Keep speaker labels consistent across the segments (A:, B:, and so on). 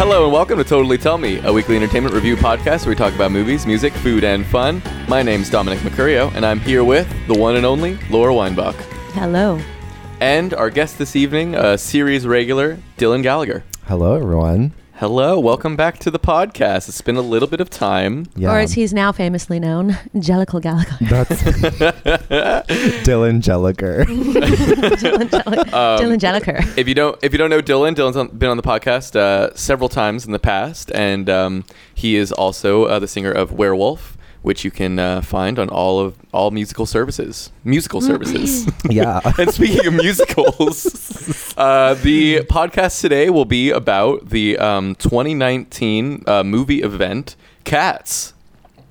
A: Hello and welcome to Totally Tell Me, a weekly entertainment review podcast where we talk about movies, music, food, and fun. My name's Dominic Mercurio, and I'm here with the one and only Laura Weinbach.
B: Hello.
A: And our guest this evening, a series regular, Dylan Gallagher.
C: Hello, everyone.
A: Hello, welcome back to the podcast. It's been a little bit of time.
C: Yeah,
B: Or as he's now famously known, Jellicle Gallagher.
C: that's Dylan Jelliker.
B: Dylan, Jellic-
A: Um,
B: Dylan Jelliker.
A: If you don't, if you don't know Dylan, Dylan's on, been on the podcast uh, several times in the past, and um, he is also uh, the singer of Werewolf, which you can uh, find on all of all musical services. Musical services.
C: yeah,
A: and speaking of musicals, uh, the podcast today will be about the um, 2019 uh, movie event Cats.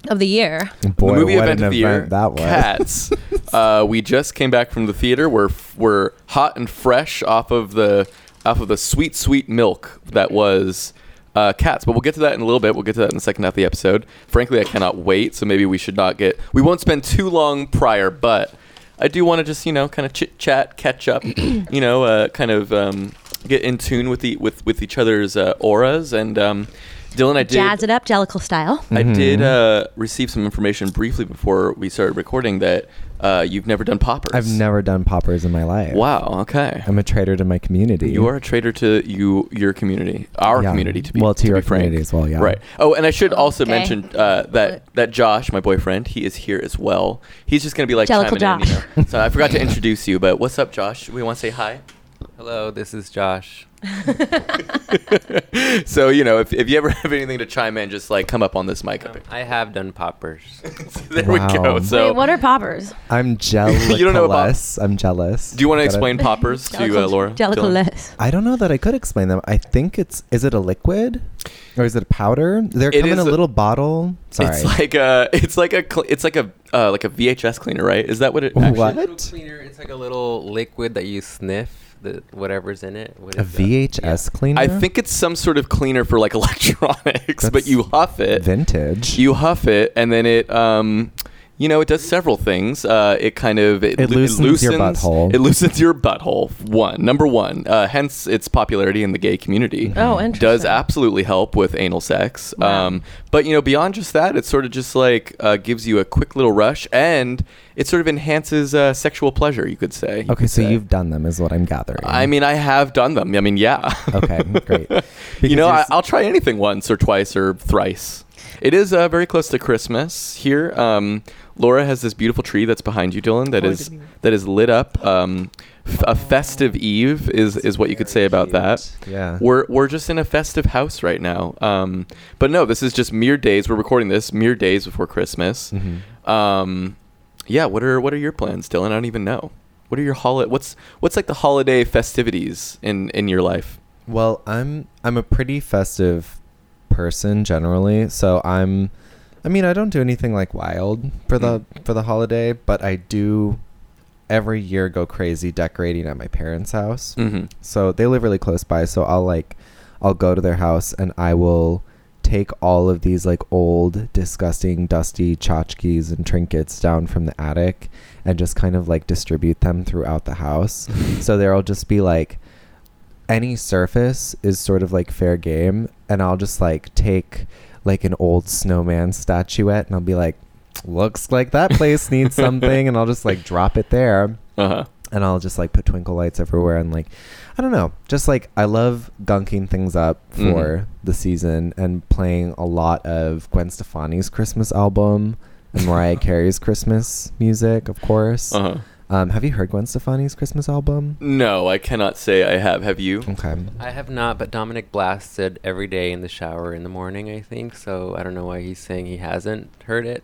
B: Of the year.
C: boy,
A: the movie
C: what
A: event
C: an
A: of the year,
C: event that was.
A: Cats. uh, we just came back from the theater. We're we're hot and fresh off of the off of the sweet sweet milk that was. Uh, cats, but we'll get to that in a little bit. We'll get to that in the second half of the episode. Frankly, I cannot wait, so maybe we should not get. We won't spend too long prior, but I do want to just you know kind of chit chat, catch up, you know, uh, kind of um, get in tune with the with with each other's uh, auras. And um, Dylan, I did
B: Jazz it up, Jellicle style.
A: I did
C: Mm-hmm.
A: uh, receive some information briefly before we started recording that uh, you've never done poppers.
C: I've never done poppers in my life.
A: Wow. Okay.
C: I'm a traitor to my community.
A: you are a traitor to you, your community, our
C: Yeah.
A: community, to be
C: Well, to your
A: be frank.
C: community as well, yeah.
A: Right. Oh, and I should also
B: Okay.
A: mention uh, that that Josh, my boyfriend, he is here as well. He's just gonna be like
B: Jellicle
A: chiming in,
B: Josh.
A: you know. So I forgot to introduce you, but what's up, Josh? We want to say hi.
D: Hello, this is Josh. Um,
A: So you know, if, if you ever have anything to chime in, just like come up on this mic up here.
D: I have done poppers.
A: there we
C: Wow.
A: go. So
B: Wait, what are poppers?
C: I'm jealous.
A: You don't know about-
C: I'm jealous.
A: do you want to
C: Gotta-
A: explain poppers to uh, Laura?
B: Jellicle
A: Dylan?
B: less.
C: I don't know that I could explain them. I think it's is it a liquid or is it a powder? They're
A: It
C: come in
A: is
C: a
A: a-
C: little bottle. Sorry.
A: It's like a, it's like a, cl- it's like a, uh, like a VHS cleaner, right? Is that what it? Actually,
C: What?
D: Little cleaner, it's like a little liquid that you sniff, the, whatever's in it. What
C: a
D: is that?
C: VHS cleaner.
A: I think it's some sort of cleaner for like electronics, but
C: That's
A: you huff it,
C: vintage.
A: you huff it, and then it, um, you know, it does several things. Uh, it kind of it,
C: It
A: loo-
C: loosens your butthole.
A: It loosens your butthole. One number one. Uh, hence its popularity in the gay community.
C: Mm-hmm.
B: Oh, interesting.
A: does absolutely help with anal sex.
B: Wow.
A: Um, but you know, beyond just that, it sort of just like uh, gives you a quick little rush, and it sort of enhances uh, sexual pleasure. You could say. you
C: okay,
A: could
C: so
A: say.
C: you've done them, is what I'm gathering.
A: I mean, I have done them. I mean, yeah.
C: Okay, great.
A: you
C: Because
A: know,
C: you're
A: I,
C: s-
A: I'll try anything once or twice or thrice. It is uh, very close to Christmas here. Um, Laura has this beautiful tree that's behind you, Dylan. That is that is lit up. Um, f- a festive eve is is what you could say about that.
C: Yeah.
A: We're we're just in a festive house right now. Um, but no, this is just mere days. We're recording this mere days before Christmas.
C: Mm-hmm.
A: Um, yeah. What are what are your plans, Dylan? I don't even know. What are your holiday? What's what's like the holiday festivities in in your life?
C: Well, I'm I'm a pretty festive person generally, so I'm I mean, I don't do anything like wild for the for the holiday, but I do every year go crazy decorating at my parents' house.
A: Mm-hmm.
C: So they live really close by, so I'll like I'll go to their house and I will take all of these like old, disgusting, dusty tchotchkes and trinkets down from the attic and just kind of like distribute them throughout the house. so there'll just be like any surface is sort of like fair game and I'll just like take like an old snowman statuette and I'll be like looks like that place needs something and I'll just like drop it there
A: Uh huh.
C: and I'll just like put twinkle lights everywhere and like I don't know, just like I love gunking things up for
A: Mhm.
C: the season and playing a lot of Gwen Stefani's Christmas album and Mariah Carey's Christmas music, of course.
A: Uh huh.
C: Um, have you heard Gwen Stefani's Christmas album?
A: No, I cannot say I have. Have you?
C: Okay.
D: I have not, but Dominic blasted every day in the shower in the morning, I think. So I don't know why he's saying he hasn't heard it.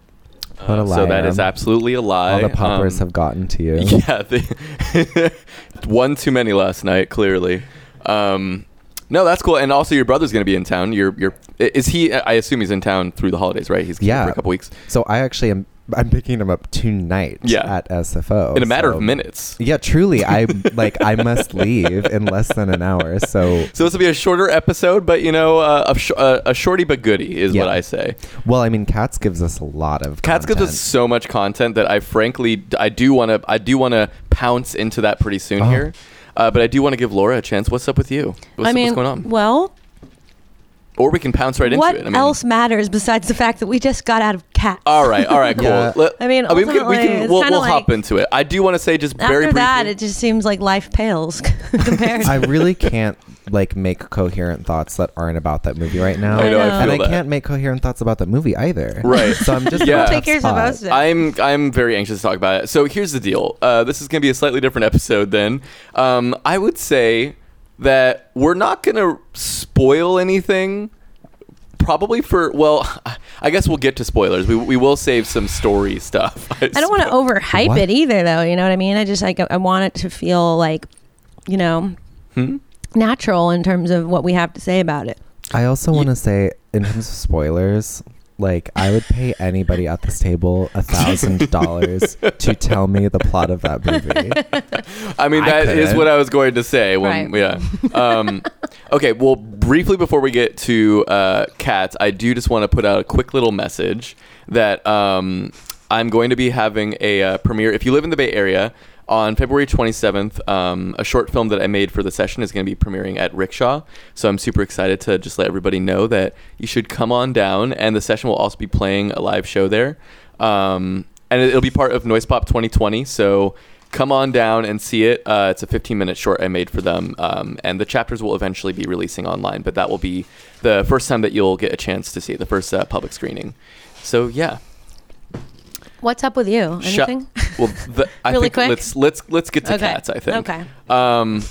D: Um,
C: What a
A: So that
C: liar.
A: is absolutely a lie.
C: All the poppers
A: Um,
C: have gotten to you.
A: Yeah, they, one too many last night. Clearly, um, no, that's cool. And also, your brother's gonna be in town. Your your is he? I assume he's in town through the holidays, right? He's here
C: Yeah.
A: for a couple weeks.
C: So I actually am I'm picking them up tonight
A: Yeah.
C: at SFO.
A: in a matter
C: so-
A: of minutes.
C: Yeah, truly. I like I must leave in less than an hour. So
A: So this will be a shorter episode, but you know, uh, a, sh- uh, a shorty but goody is what
C: Yeah.
A: I say.
C: Well, I mean, Cats gives us a lot of
A: Cats gives us
C: content.
A: so much content that I frankly I do want to I do want to pounce into that pretty soon
C: Oh.
A: here, uh, but I do want to give Laura a chance. What's up with you? What's,
B: I mean,
A: what's going on?
B: well,
A: or we can pounce right
B: what
A: into it. I mean,
B: else matters besides the fact that we we just got out of cats?
A: All right, all right, cool.
C: Yeah.
A: Let-
B: I mean,
A: we can, we
B: ultimately,
A: can
B: it's
A: we'll,
B: kinda
A: we'll hop
B: like-
A: into it. I do want to say just
B: After
A: very briefly.
B: that, it just seems like life pales compared.
C: I really can't like make coherent thoughts that aren't about that movie right now.
A: I know, I
B: I know.
C: and
A: feel
C: I
A: that.
C: can't make coherent thoughts about that movie either.
A: Right.
C: So I'm just in a
A: Yeah.
C: tough
B: Take yours
C: spot.
B: about it.
A: I'm I'm very anxious to talk about it. So here's the deal. Uh, this is going to be a slightly different episode. Then um, I would say that we're not going to spoil anything. Probably for well, I guess we'll get to spoilers. We, we will save some story stuff.
B: I don't want to overhype
C: What?
B: it either, though. You know what I mean? I just like I want it to feel like, you know,
A: Hmm?
B: natural in terms of what we have to say about it.
C: I also want to say, in terms of spoilers, like I would pay anybody at this table a thousand dollars to tell me the plot of that movie.
A: I mean,
C: I
A: that is
C: couldn't.
A: what I was going to say. When, Yeah. Um, okay. Well, briefly before we get to uh, cats, I do just want to put out a quick little message that um, I'm going to be having a uh, premiere. If you live in the Bay Area, on February 27th, um, a short film that I made for the session is going to be premiering at Rickshaw. So I'm super excited to just let everybody know that you should come on down, and the session will also be playing a live show there. Um, and it- it'll be part of Noise Pop 2020. So come on down and see it. Uh, it's a 15 minute short I made for them, um, and the chapters will eventually be releasing online. But that will be the first time that you'll get a chance to see it, the first uh, public screening. So yeah,
B: What's up with you?
A: Sha-
B: Anything?
A: well, the, I
B: Really
A: think
B: quick?
A: let's let's let's get to
B: Okay.
A: cats. I think.
B: Okay.
A: Um,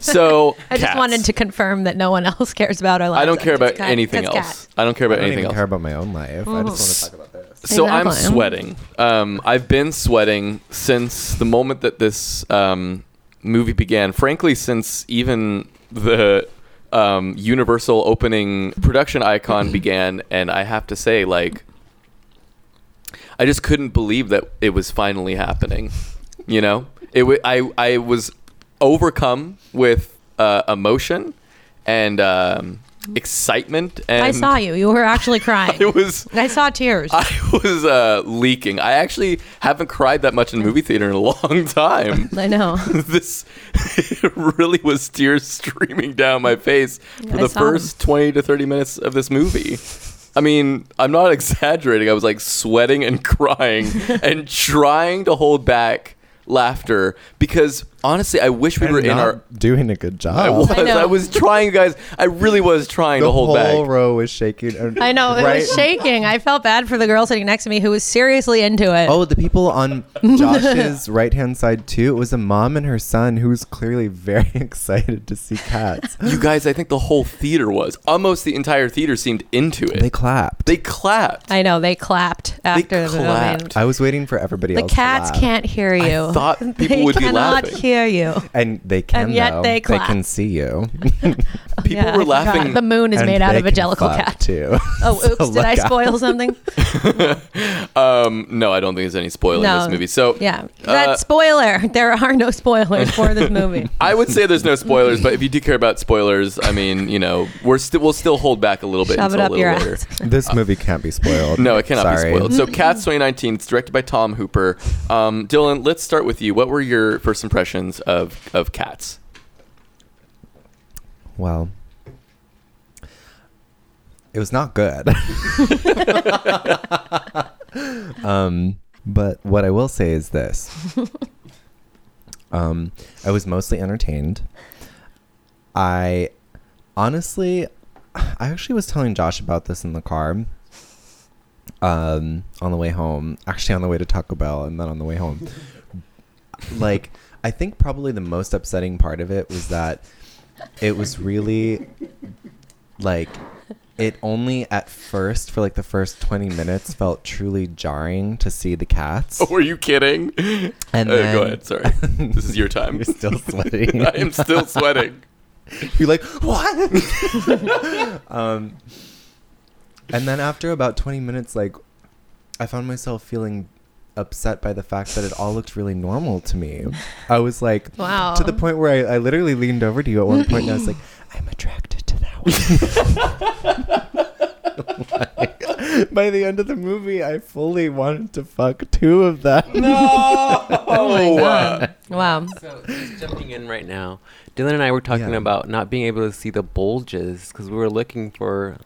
A: so
B: I just
A: cats.
B: wanted to confirm that no one else cares about our lives.
A: I don't care
B: Just
A: about
B: cat-
A: anything
B: just
A: else.
B: cat.
A: I don't care about
C: I don't
A: anything
C: even
A: else.
C: care about my own life. I just want to talk about this.
A: So I'm
B: Exactly.
A: sweating. Um, I've been sweating since the moment that this um, movie began. Frankly, since even the um, Universal opening production icon began, and I have to say, like, I just couldn't believe that it was finally happening. You know, it. W- I I was overcome with uh, emotion and um, excitement. And
B: I saw you. You were actually crying.
A: It was.
B: I saw tears.
A: I was uh, leaking. I actually haven't cried that much in a movie theater in a long time.
B: I know.
A: this it really was tears streaming down my face for
B: I
A: the
B: saw them.
A: first 20 to 30 minutes of this movie. I mean, I'm not exaggerating. I was like sweating and crying and trying to hold back laughter because honestly, I wish we
C: And
A: were in
C: not
A: our.
C: doing a good job.
A: I was.
B: I know.
A: I, was trying, guys. I really was trying
C: the
A: to hold
C: whole
A: back.
C: row was shaking. and-
B: I know. It
C: right-
B: was shaking. I felt bad for the girl sitting next to me who was seriously into it.
C: Oh, the people on Josh's right hand side too. It was a mom and her son who was clearly very excited to see cats.
A: You guys, I think the whole theater was. Almost the entire theater seemed into it.
C: They clapped.
A: They clapped.
B: I know. They clapped after the
A: clapped.
B: I mean,
C: I was waiting for everybody
B: The
C: else. to
B: cats
C: laugh.
B: can't hear
A: I
B: you.
A: thought people
B: they
A: would be
B: cannot
A: laughing.
B: hear you.
C: and they can.
B: And yet
C: though.
B: they clap.
C: can see you.
A: People
B: Yeah,
A: were
B: I forgot.
A: laughing.
B: The moon is
C: And
B: made out
C: they
B: of a
C: can
B: jellicle
C: clap,
B: cat.
C: too.
B: Oh,
C: So
B: oops! did
C: look
B: I
C: out.
B: spoil something?
A: um, no, I don't think there's any spoiling in
B: No.
A: this movie. So
B: Yeah,
A: Uh,
B: that spoiler. There are no spoilers for this movie.
A: I would say there's no spoilers, but if you do care about spoilers, I mean, you know, we're still we'll still hold back a little bit
B: Shove it Mm.
A: until
B: up
A: a
B: your
A: little later.
B: ass.
C: This movie can't be spoiled.
A: No, it cannot
C: Sorry.
A: be spoiled. So, Cats 2019. It's directed by Tom Hooper. Um, Dylan, let's start with you. What were your first impressions of of Cats?
C: Well, it was not good. um, but what I will say is this um, I was mostly entertained. I honestly, I actually was telling Josh about this in the car um, on the way home, actually, on the way to Taco Bell and then on the way home. like, I think probably the most upsetting part of it was that it was really like it only at first for like the first 20 minutes felt truly jarring to see the cats
A: Oh, were you kidding?
C: and
A: Uh,
C: then
A: go ahead. Sorry, this is your time.
C: you're still sweating
A: I am still sweating.
C: you're like what um and then after about 20 minutes like i found myself feeling upset by the fact that it all looked really normal to me i was like
B: Wow.
C: to the point where I, I literally leaned over to you at one point and i was like i'm attracted to that one Like, by the end of the movie i fully wanted to fuck two of them
A: No.
B: Oh my god! Wow.
D: So just jumping in right now, Dylan and I were talking
C: Yeah.
D: about not being able to see the bulges because we were looking for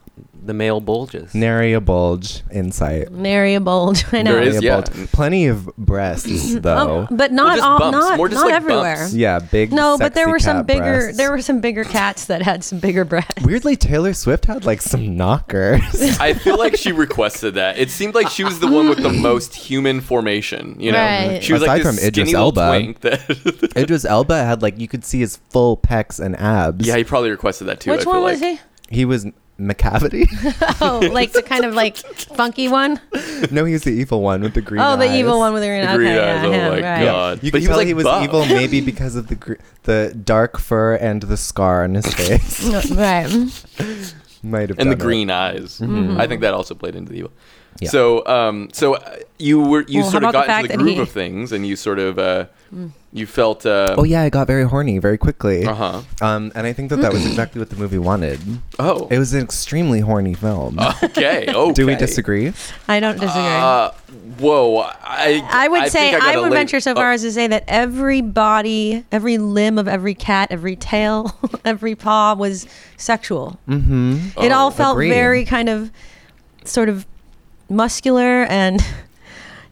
D: the male bulges.
C: Nary a bulge in sight.
B: Nary a bulge. I know.
A: There
C: Nary
A: is,
C: a
A: yeah.
C: bulge. Plenty of breasts, though.
B: Um, but not
A: just
B: all.
A: bumps.
B: Not,
A: More just
B: not
A: like
B: everywhere.
A: bumps.
C: yeah, big.
B: No, but there
C: sexy
B: were some
C: cat
B: bigger.
C: breasts.
B: There were some bigger cats that had some bigger breasts.
C: Weirdly, Taylor Swift had like some knockers.
A: I feel like she requested that. It seemed like she was the one with the most human formation. You know,
B: Right.
A: she was
C: Aside
A: like this
C: from Idris
A: skinny little
C: Elba.
A: twink that.
C: Idris Elba had like you could see his full pecs and abs.
A: yeah, he probably requested that too. I
B: Which
A: feel
B: one
A: like.
B: was he?
C: he was McCavity.
B: Oh, like the kind of like funky one.
C: no, he was the evil one with the green.
B: oh, the evil
C: eyes.
B: one with the green
A: The
B: eyes.
A: green
B: Okay,
A: eyes,
B: yeah,
A: oh
B: him,
A: my
B: right.
A: God.
C: You
A: But
C: could
A: he was,
C: tell
A: like,
C: he was
A: buff.
C: evil maybe because of the gr- the dark fur and the scar on his face.
B: No, right.
C: Might have
A: and the
C: done it.
A: green eyes.
B: Mm-hmm.
A: I think that also played into the evil.
C: Mm-hmm. Yeah.
A: So, um, so uh, you were you
B: Well, how
A: sort of
B: about the
A: got into
B: fact
A: the
B: that
A: groove
B: he- Mm.
A: of things, and you sort of uh, you felt. Uh,
C: Oh yeah, I got very horny very quickly.
A: Uh huh.
C: Um, and I think that that was exactly what the movie wanted.
A: Oh.
C: It was an extremely horny film.
A: okay. Oh.
C: Do we disagree?
B: I don't disagree.
A: Uh, whoa. I
B: I would say
A: think
B: I,
A: gotta
B: would
A: lay-
B: venture so far
A: oh,
B: as to say that every body, every limb of every cat, every tail, every paw was sexual.
C: Mm-hmm.
B: it all
A: oh,
B: felt
C: agreed.
B: very kind of, sort of, muscular and.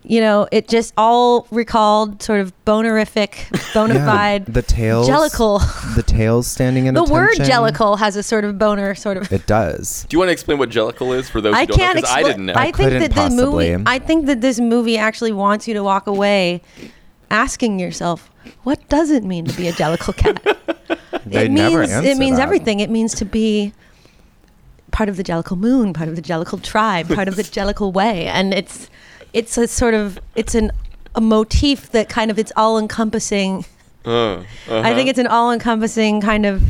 B: You know, it just all recalled sort of bonerific, bona fide,
C: the tails.
B: jellicle.
C: The tails standing in
B: The
C: attention.
B: word jellicle has a sort of boner, sort of.
C: It does.
A: Do you want to explain what Jellicle is for those who
B: I
A: don't know?
B: can't
A: 'Cause I
B: expli-
A: didn't know.
B: I think
C: Couldn't
B: that this
C: possibly.
B: movie. I think that this movie actually wants you to walk away asking yourself, what does it mean to be a jellicle cat?
C: They
B: it
C: never
B: means
C: answer
B: it means
C: that.
B: everything. It means to be part of the jellicle moon, part of the jellicle tribe, part of the jellicle way, and it's it's a sort of it's an a motif that kind of it's all encompassing.
A: Uh,
B: I think it's an all-encompassing kind of.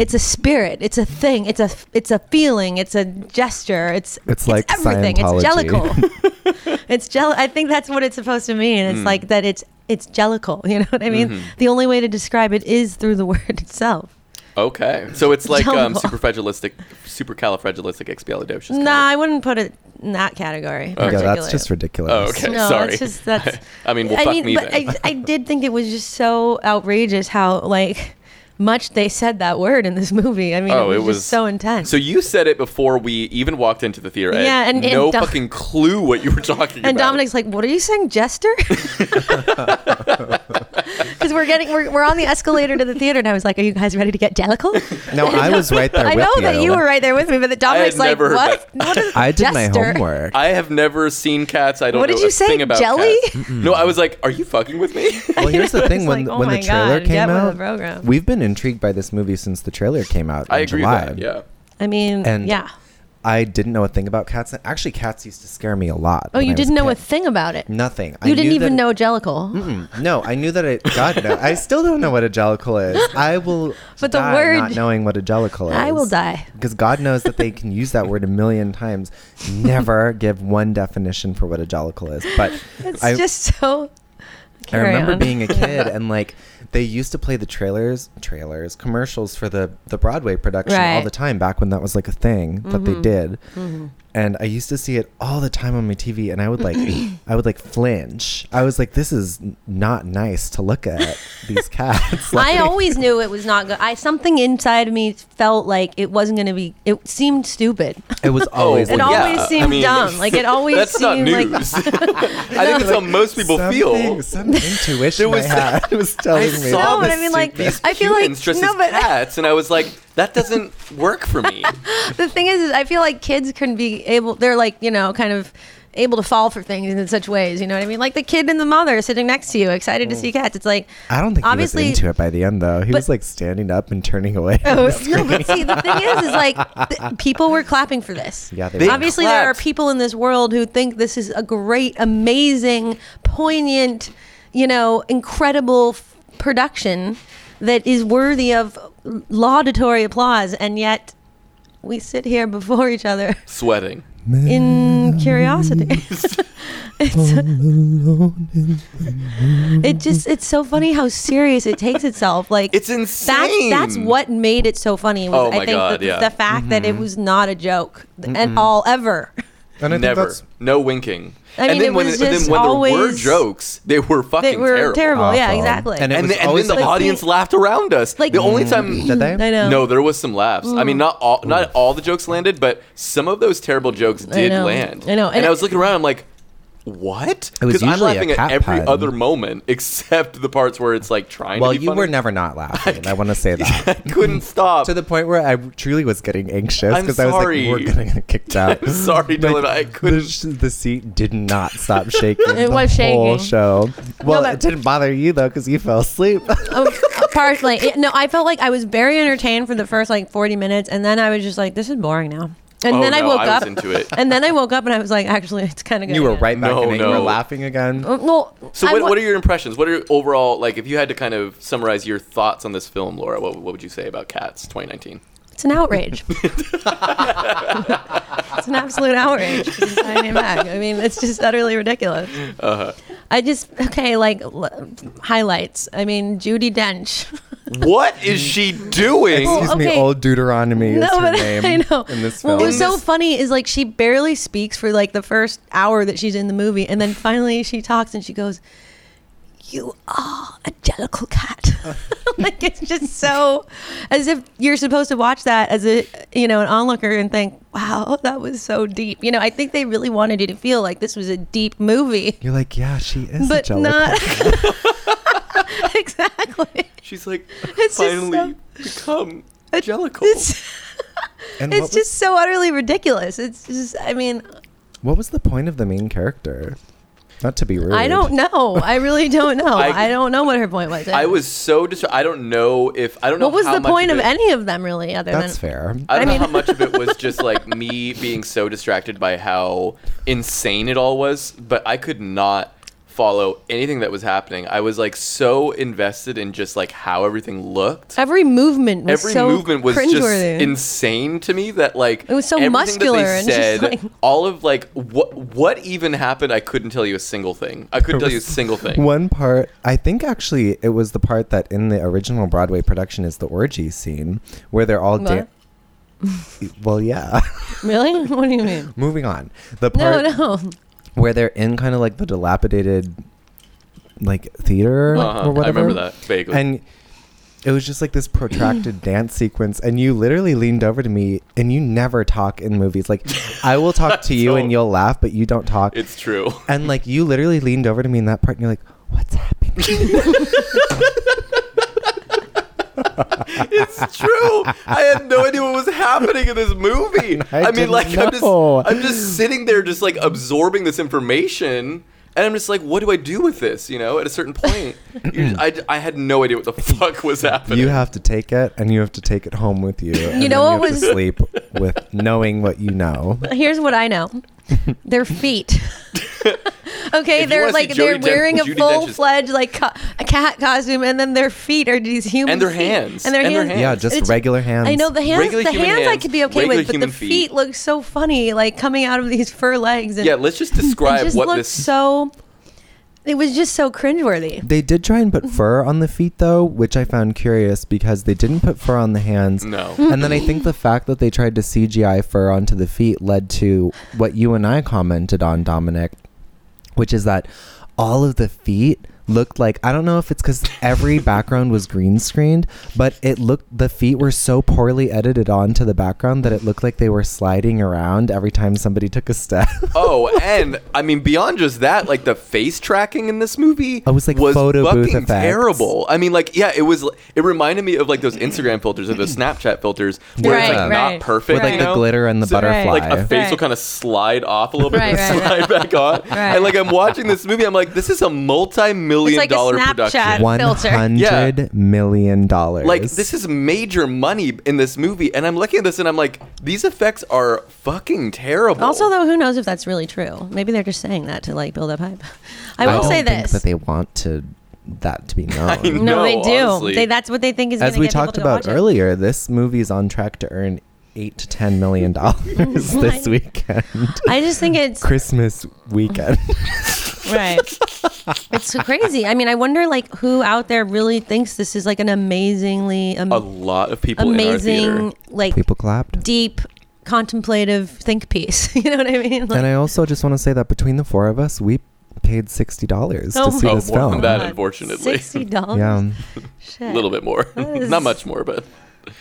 B: It's a spirit. It's a thing. It's a. It's a feeling. It's a gesture. It's.
C: It's like
B: everything. It's
C: Scientology.
B: jellical. it's jell. I think that's what it's supposed to mean. It's
A: Hmm.
B: like that. It's. It's jellical. You know what I mean?
A: Mm-hmm.
B: The only way to describe it is through the word itself.
A: okay. So it's like um,
B: Jellicle.
A: superfragilistic, supercalifragilisticexpialidocious.
B: No,
A: kind of-
B: I wouldn't put it in that category. in
A: Okay.
C: Yeah,
B: particular.
C: that's just ridiculous.
A: Oh, okay.
B: No,
A: Sorry.
B: that's just- that's-
A: I mean, well, fuck me
B: but
A: then.
B: I, I did think it was just so outrageous how like much they said that word in this movie. I mean,
A: Oh,
B: it, was
A: it was-
B: just so intense.
A: so you said it before we even walked into the theater. I
B: Yeah,
A: had
B: and- and
A: no
B: Dom-
A: fucking clue what you were talking about.
B: And Dominic's like, "What are you saying, Jester?" Because we're getting we're, we're on the escalator to the theater, and I was like, "Are you guys ready to get jellical?"
C: No, I was right there
B: I
C: with
B: know
C: you.
B: that you were right there with me, but that Dominic's like,
A: never heard
B: "What? What is
C: I did my
B: Jester?"
C: homework.
A: I have never seen cats. I don't
B: What
A: know
B: did you
A: a
B: say,
A: thing about
B: jelly?
A: cats. No, I was like, are you fucking with me?
C: well, here's the
B: It's
C: thing: when
B: like, oh
C: when
B: my
C: the trailer
B: God, get
C: came
B: with the
C: out,
B: program.
C: we've been intrigued by this movie since the trailer came out.
A: I
C: in
A: agree
C: July.
A: with that. Yeah.
B: I mean,
C: And-
B: yeah.
C: I didn't know a thing about cats. Actually, cats used to scare me a lot.
B: Oh,
C: when I
B: you
C: was
B: didn't know a
C: kid. Mm,
B: thing about it.
C: Nothing.
B: You didn't even know jellicle.
C: know. No, I knew that it. God, no. I still don't know what a jellicle is. I will.
B: But the
C: die
B: word-
C: not knowing what a jellicle is.
B: I will die.
C: Because God knows that they can use that word a million times. Never give one definition for what a jellicle is. But
B: It's
C: I,
B: just so.
C: I
B: Carry
C: remember
B: on.
C: being a kid and like they used to play the trailers, trailers, commercials for the the Broadway production all
B: Right. Mm-hmm.
C: the time back when that was like a thing that they did. And I used to see it all the time on my TV and I would like I would like flinch. I was like this is n- not nice to look at these cats.
B: I
C: Like,
B: always knew it was not good. I something inside of me felt like it wasn't going to be. It seemed stupid.
C: it was always
B: It
C: like-
B: always seemed dumb. Like, it always
A: that's not
B: seemed like-
A: news. I think that's how most people
C: something,
A: feel.
C: some intuition
A: was-
C: I had was telling
A: I
C: me.
A: saw
C: that
B: No, but
C: was
B: I mean, like,
C: stupid.
B: I feel like
A: Humans dress
B: no,
A: as
B: but
A: cats, and I was like, that doesn't work for me.
B: the thing is, is I feel like kids can be able. They're like you know, kind of able to fall for things in such ways. You know what I mean? Like the kid and the mother sitting next to you, excited to see cats. It's like
C: I don't think
B: obviously.
C: he was into it by the end, though. He
B: but- Oh.
C: was like standing up and turning away.
B: No, but see, the thing is, is like th- people were clapping for this.
C: Yeah, they
A: They-
C: were.
B: Obviously, there are
A: clapped.
B: people in this world who think this is a great, amazing, poignant, you know, incredible f- production that is worthy of laudatory applause, and yet we sit here before each other
A: Sweating.
B: in curiosity. it's, it just it's so funny how serious it takes itself. Like
A: Mm-hmm. It's
B: that's
A: insane.
B: that's what made it so funny. Was,
A: Oh my
B: I think
A: God, Mm-hmm.
B: the,
A: yeah.
B: the fact that it was not a joke at all ever.
E: And I think
A: Never.
E: that's-
A: no winking.
B: I mean,
A: and then
B: it
A: when,
B: was
A: and
B: just
A: then when there were
B: always-
A: jokes, they were fucking
B: They were
A: terrible.
B: terrible. Yeah,
C: Awful.
B: exactly.
E: And it
A: And,
E: was
A: the, and
E: always
A: then the
E: like-
A: audience laughed around us.
B: Like- Mm.
A: the only time
C: Did they?
B: I know.
A: No, there was some laughs. I mean, not all not all the jokes landed, but some of those terrible jokes did
B: know.
A: land.
B: I know.
A: And,
B: And
A: I
B: it-
A: was looking around. I'm like, what?
C: It was
A: Because I'm
C: usually a
A: laughing at
C: cat
A: every
C: pun.
A: other moment except the parts where it's like trying.
C: Well,
A: to be
C: you
A: funny.
C: were never not laughing. I want to say that.
A: I couldn't stop.
C: to the point where I truly was getting anxious
A: I'm
C: because I was
A: sorry.
C: like, we're going to get kicked out.
A: I'm sorry, Dylan. I couldn't.
C: The, sh- the seat did not stop shaking.
B: It
C: the
B: was
C: Whole
B: shaking.
C: show. Well,
B: but-
C: it didn't bother you though because you fell asleep.
B: Um, partially. It- no, I felt like I was very entertained for the first like 40 minutes, and then I was just like, this is boring now. And
A: Oh,
B: then I
A: no,
B: woke
A: I was
B: up.
A: into it.
B: And then I woke up and I was like, actually, it's kind of good.
C: you were
B: again.
C: right back
A: No,
C: in it. You were
A: no.
C: laughing again.
B: Uh, Well,
A: So
B: I
A: what,
B: wa-
A: what are your impressions? What are your overall like if you had to kind of summarize your thoughts on this film, Laura? What, what would you say about Cats 2019?
B: It's an outrage. it's an absolute outrage. I mean, Mac, I mean, it's just utterly ridiculous. I just okay, like l- highlights. I mean, Judy Dench.
A: What is she doing?
B: Well,
C: Excuse me,
B: okay.
C: old Deuteronomy is her name
B: I know.
C: in this
B: Well,
C: film.
B: what was so funny is like she barely speaks for like the first hour that she's in the movie, and then finally she talks and she goes, "You are a jellicle cat." like it's just so as if you're supposed to watch that as a you know an onlooker and think, "Wow, that was so deep." You know, I think they really wanted you to feel like this was a deep movie,
C: You're like, yeah, she is
B: but
C: a jellicle.
B: not exactly.
A: She's like
B: It's just
A: finally become Jellicle.
B: It's,
C: and what,
B: it's just so utterly ridiculous. It's just, I mean,
C: was, what was the point of the main character? Not to be rude.
B: I don't know. I really don't know.
A: I-
B: I, don't know what her point was.
A: I was so distraught. I don't know if I don't know
B: What was
A: how
B: the
A: much
B: point of,
A: of it-
B: any of them, really? Other
C: That's
B: than
C: fair.
A: I don't
B: I
A: know how
B: mean-
A: much of it was just like me being so distracted by how insane it all was, but I could not follow anything that was happening. I was like so invested in just like how everything looked.
B: every movement was
A: Every
B: so
A: movement was just
B: cringeworthy.
A: insane to me that like
B: It was so
A: everything
B: muscular
A: that
B: and
A: they
B: just,
A: said,
B: like-
A: all of like what what even happened I couldn't tell you a single thing. I couldn't tell you a single thing.
C: One part, I think actually it was the part that in the original Broadway production is the orgy scene where they're all da- Well, yeah.
B: really? What do you mean?
C: Moving on. The
B: No,
C: part
B: no.
C: where they're in kind of like the dilapidated like theater
A: Uh-huh.
C: or whatever.
A: I remember that vaguely.
C: And it was just like this protracted dance sequence, and you literally leaned over to me, and you never talk in movies. Like, I will talk to you, and
A: Don't.
C: you'll laugh, but you don't talk.
A: it's true.
C: and like, you literally leaned over to me in that part, and you're like, "What's happening?"
A: It's true. I had no idea what was happening in this movie.
C: I
A: I, mean,
C: didn't
A: like I'm just
C: know.
A: I'm just sitting there just like absorbing this information and I'm just like, what do I do with this? You know, at a certain point, you just- I, I had no idea what the fuck was happening.
C: you have to take it, and you have to take it home with you. and
B: You
C: then
B: know
C: you
B: what
C: have to
B: was-
C: sleep with knowing what you know.
B: Here's what I know: their feet. okay,
A: If you wanna
B: they're
A: see
B: like
A: Judi
B: they're
A: Dench-
B: wearing a
A: Judi Dench's-
B: full fledged like co- a cat costume, and then their feet are these human
A: And their
B: feet.
A: hands.
B: and their
A: And their
B: hands.
A: hands.
C: Yeah, just
B: It's-
C: regular hands.
B: I know the hands.
A: Regular
B: the
A: human
B: hands, I
A: hands,
B: could be okay
A: regular
B: with, but the
A: human
B: feet.
A: feet.
B: look so funny, like coming out of these fur legs. And
A: yeah, let's just
B: it
A: describe
B: just
A: what
B: looked
A: this.
B: so. It was just so cringeworthy.
C: They did try and put fur on the feet though, which I found curious because they didn't put fur on the hands.
A: No.
C: And then I think the fact that they tried to CGI fur onto the feet led to what you and I commented on, Dominic, which is that all of the feet looked like I don't know if it's because every background was green screened, but it looked the feet were so poorly edited onto the background that it looked like they were sliding around every time somebody took a step.
A: Oh, and I mean, beyond just that, like the face tracking in this movie
C: I Oh, was like, photo booth
A: fucking
C: effects.
A: terrible. I mean, like, yeah, it was. It reminded me of like those Instagram filters or those Snapchat filters where it's
C: Right,
A: like
B: right.
A: not perfect,
B: With, like,
A: you
B: the
A: know?
C: glitter and the
B: butterfly.
A: Like a face
B: Right.
A: will kind of slide off a little bit,
B: Right,
A: and
B: right,
A: slide
B: right.
A: back on.
B: Right.
A: And like I'm watching this movie, I'm like, this is a
B: It's
A: multi-million
B: like a
A: dollar
B: Snapchat.
A: production.
C: One
B: filter.
C: hundred million dollars.
A: Like this is major money in this movie, and I'm looking at this and I'm like, these effects are fucking terrible.
B: Also, though, who knows if that's really true? Maybe they're just saying that to like build up hype. I will
C: don't
B: say
C: think
B: this.
C: that they want to that to be known.
B: no,
A: No,
B: they do.
A: honestly.
B: They, that's what they think is.
C: As
B: gonna
C: we
B: get people
C: talked
B: to go
C: about
B: watch it.
C: earlier, this movie is on track to earn eight to ten million dollars this weekend,
B: I just think it's
C: Christmas weekend.
B: right. It's so crazy. I mean, I wonder like who out there really thinks this is like an amazingly, am-
A: a lot of people in our theater.
B: amazing, like
C: People clapped.
B: deep contemplative think piece. you know what I mean? Like,
C: and I also just want to say that between the four of us, we paid sixty dollars
B: Oh
C: to see
B: my
C: this
A: Oh, more
C: film.
A: than that,
B: God, Oh
A: unfortunately.
B: sixty dollars.
A: A
C: Yeah,
A: little bit more,
B: That is-
A: not much more, but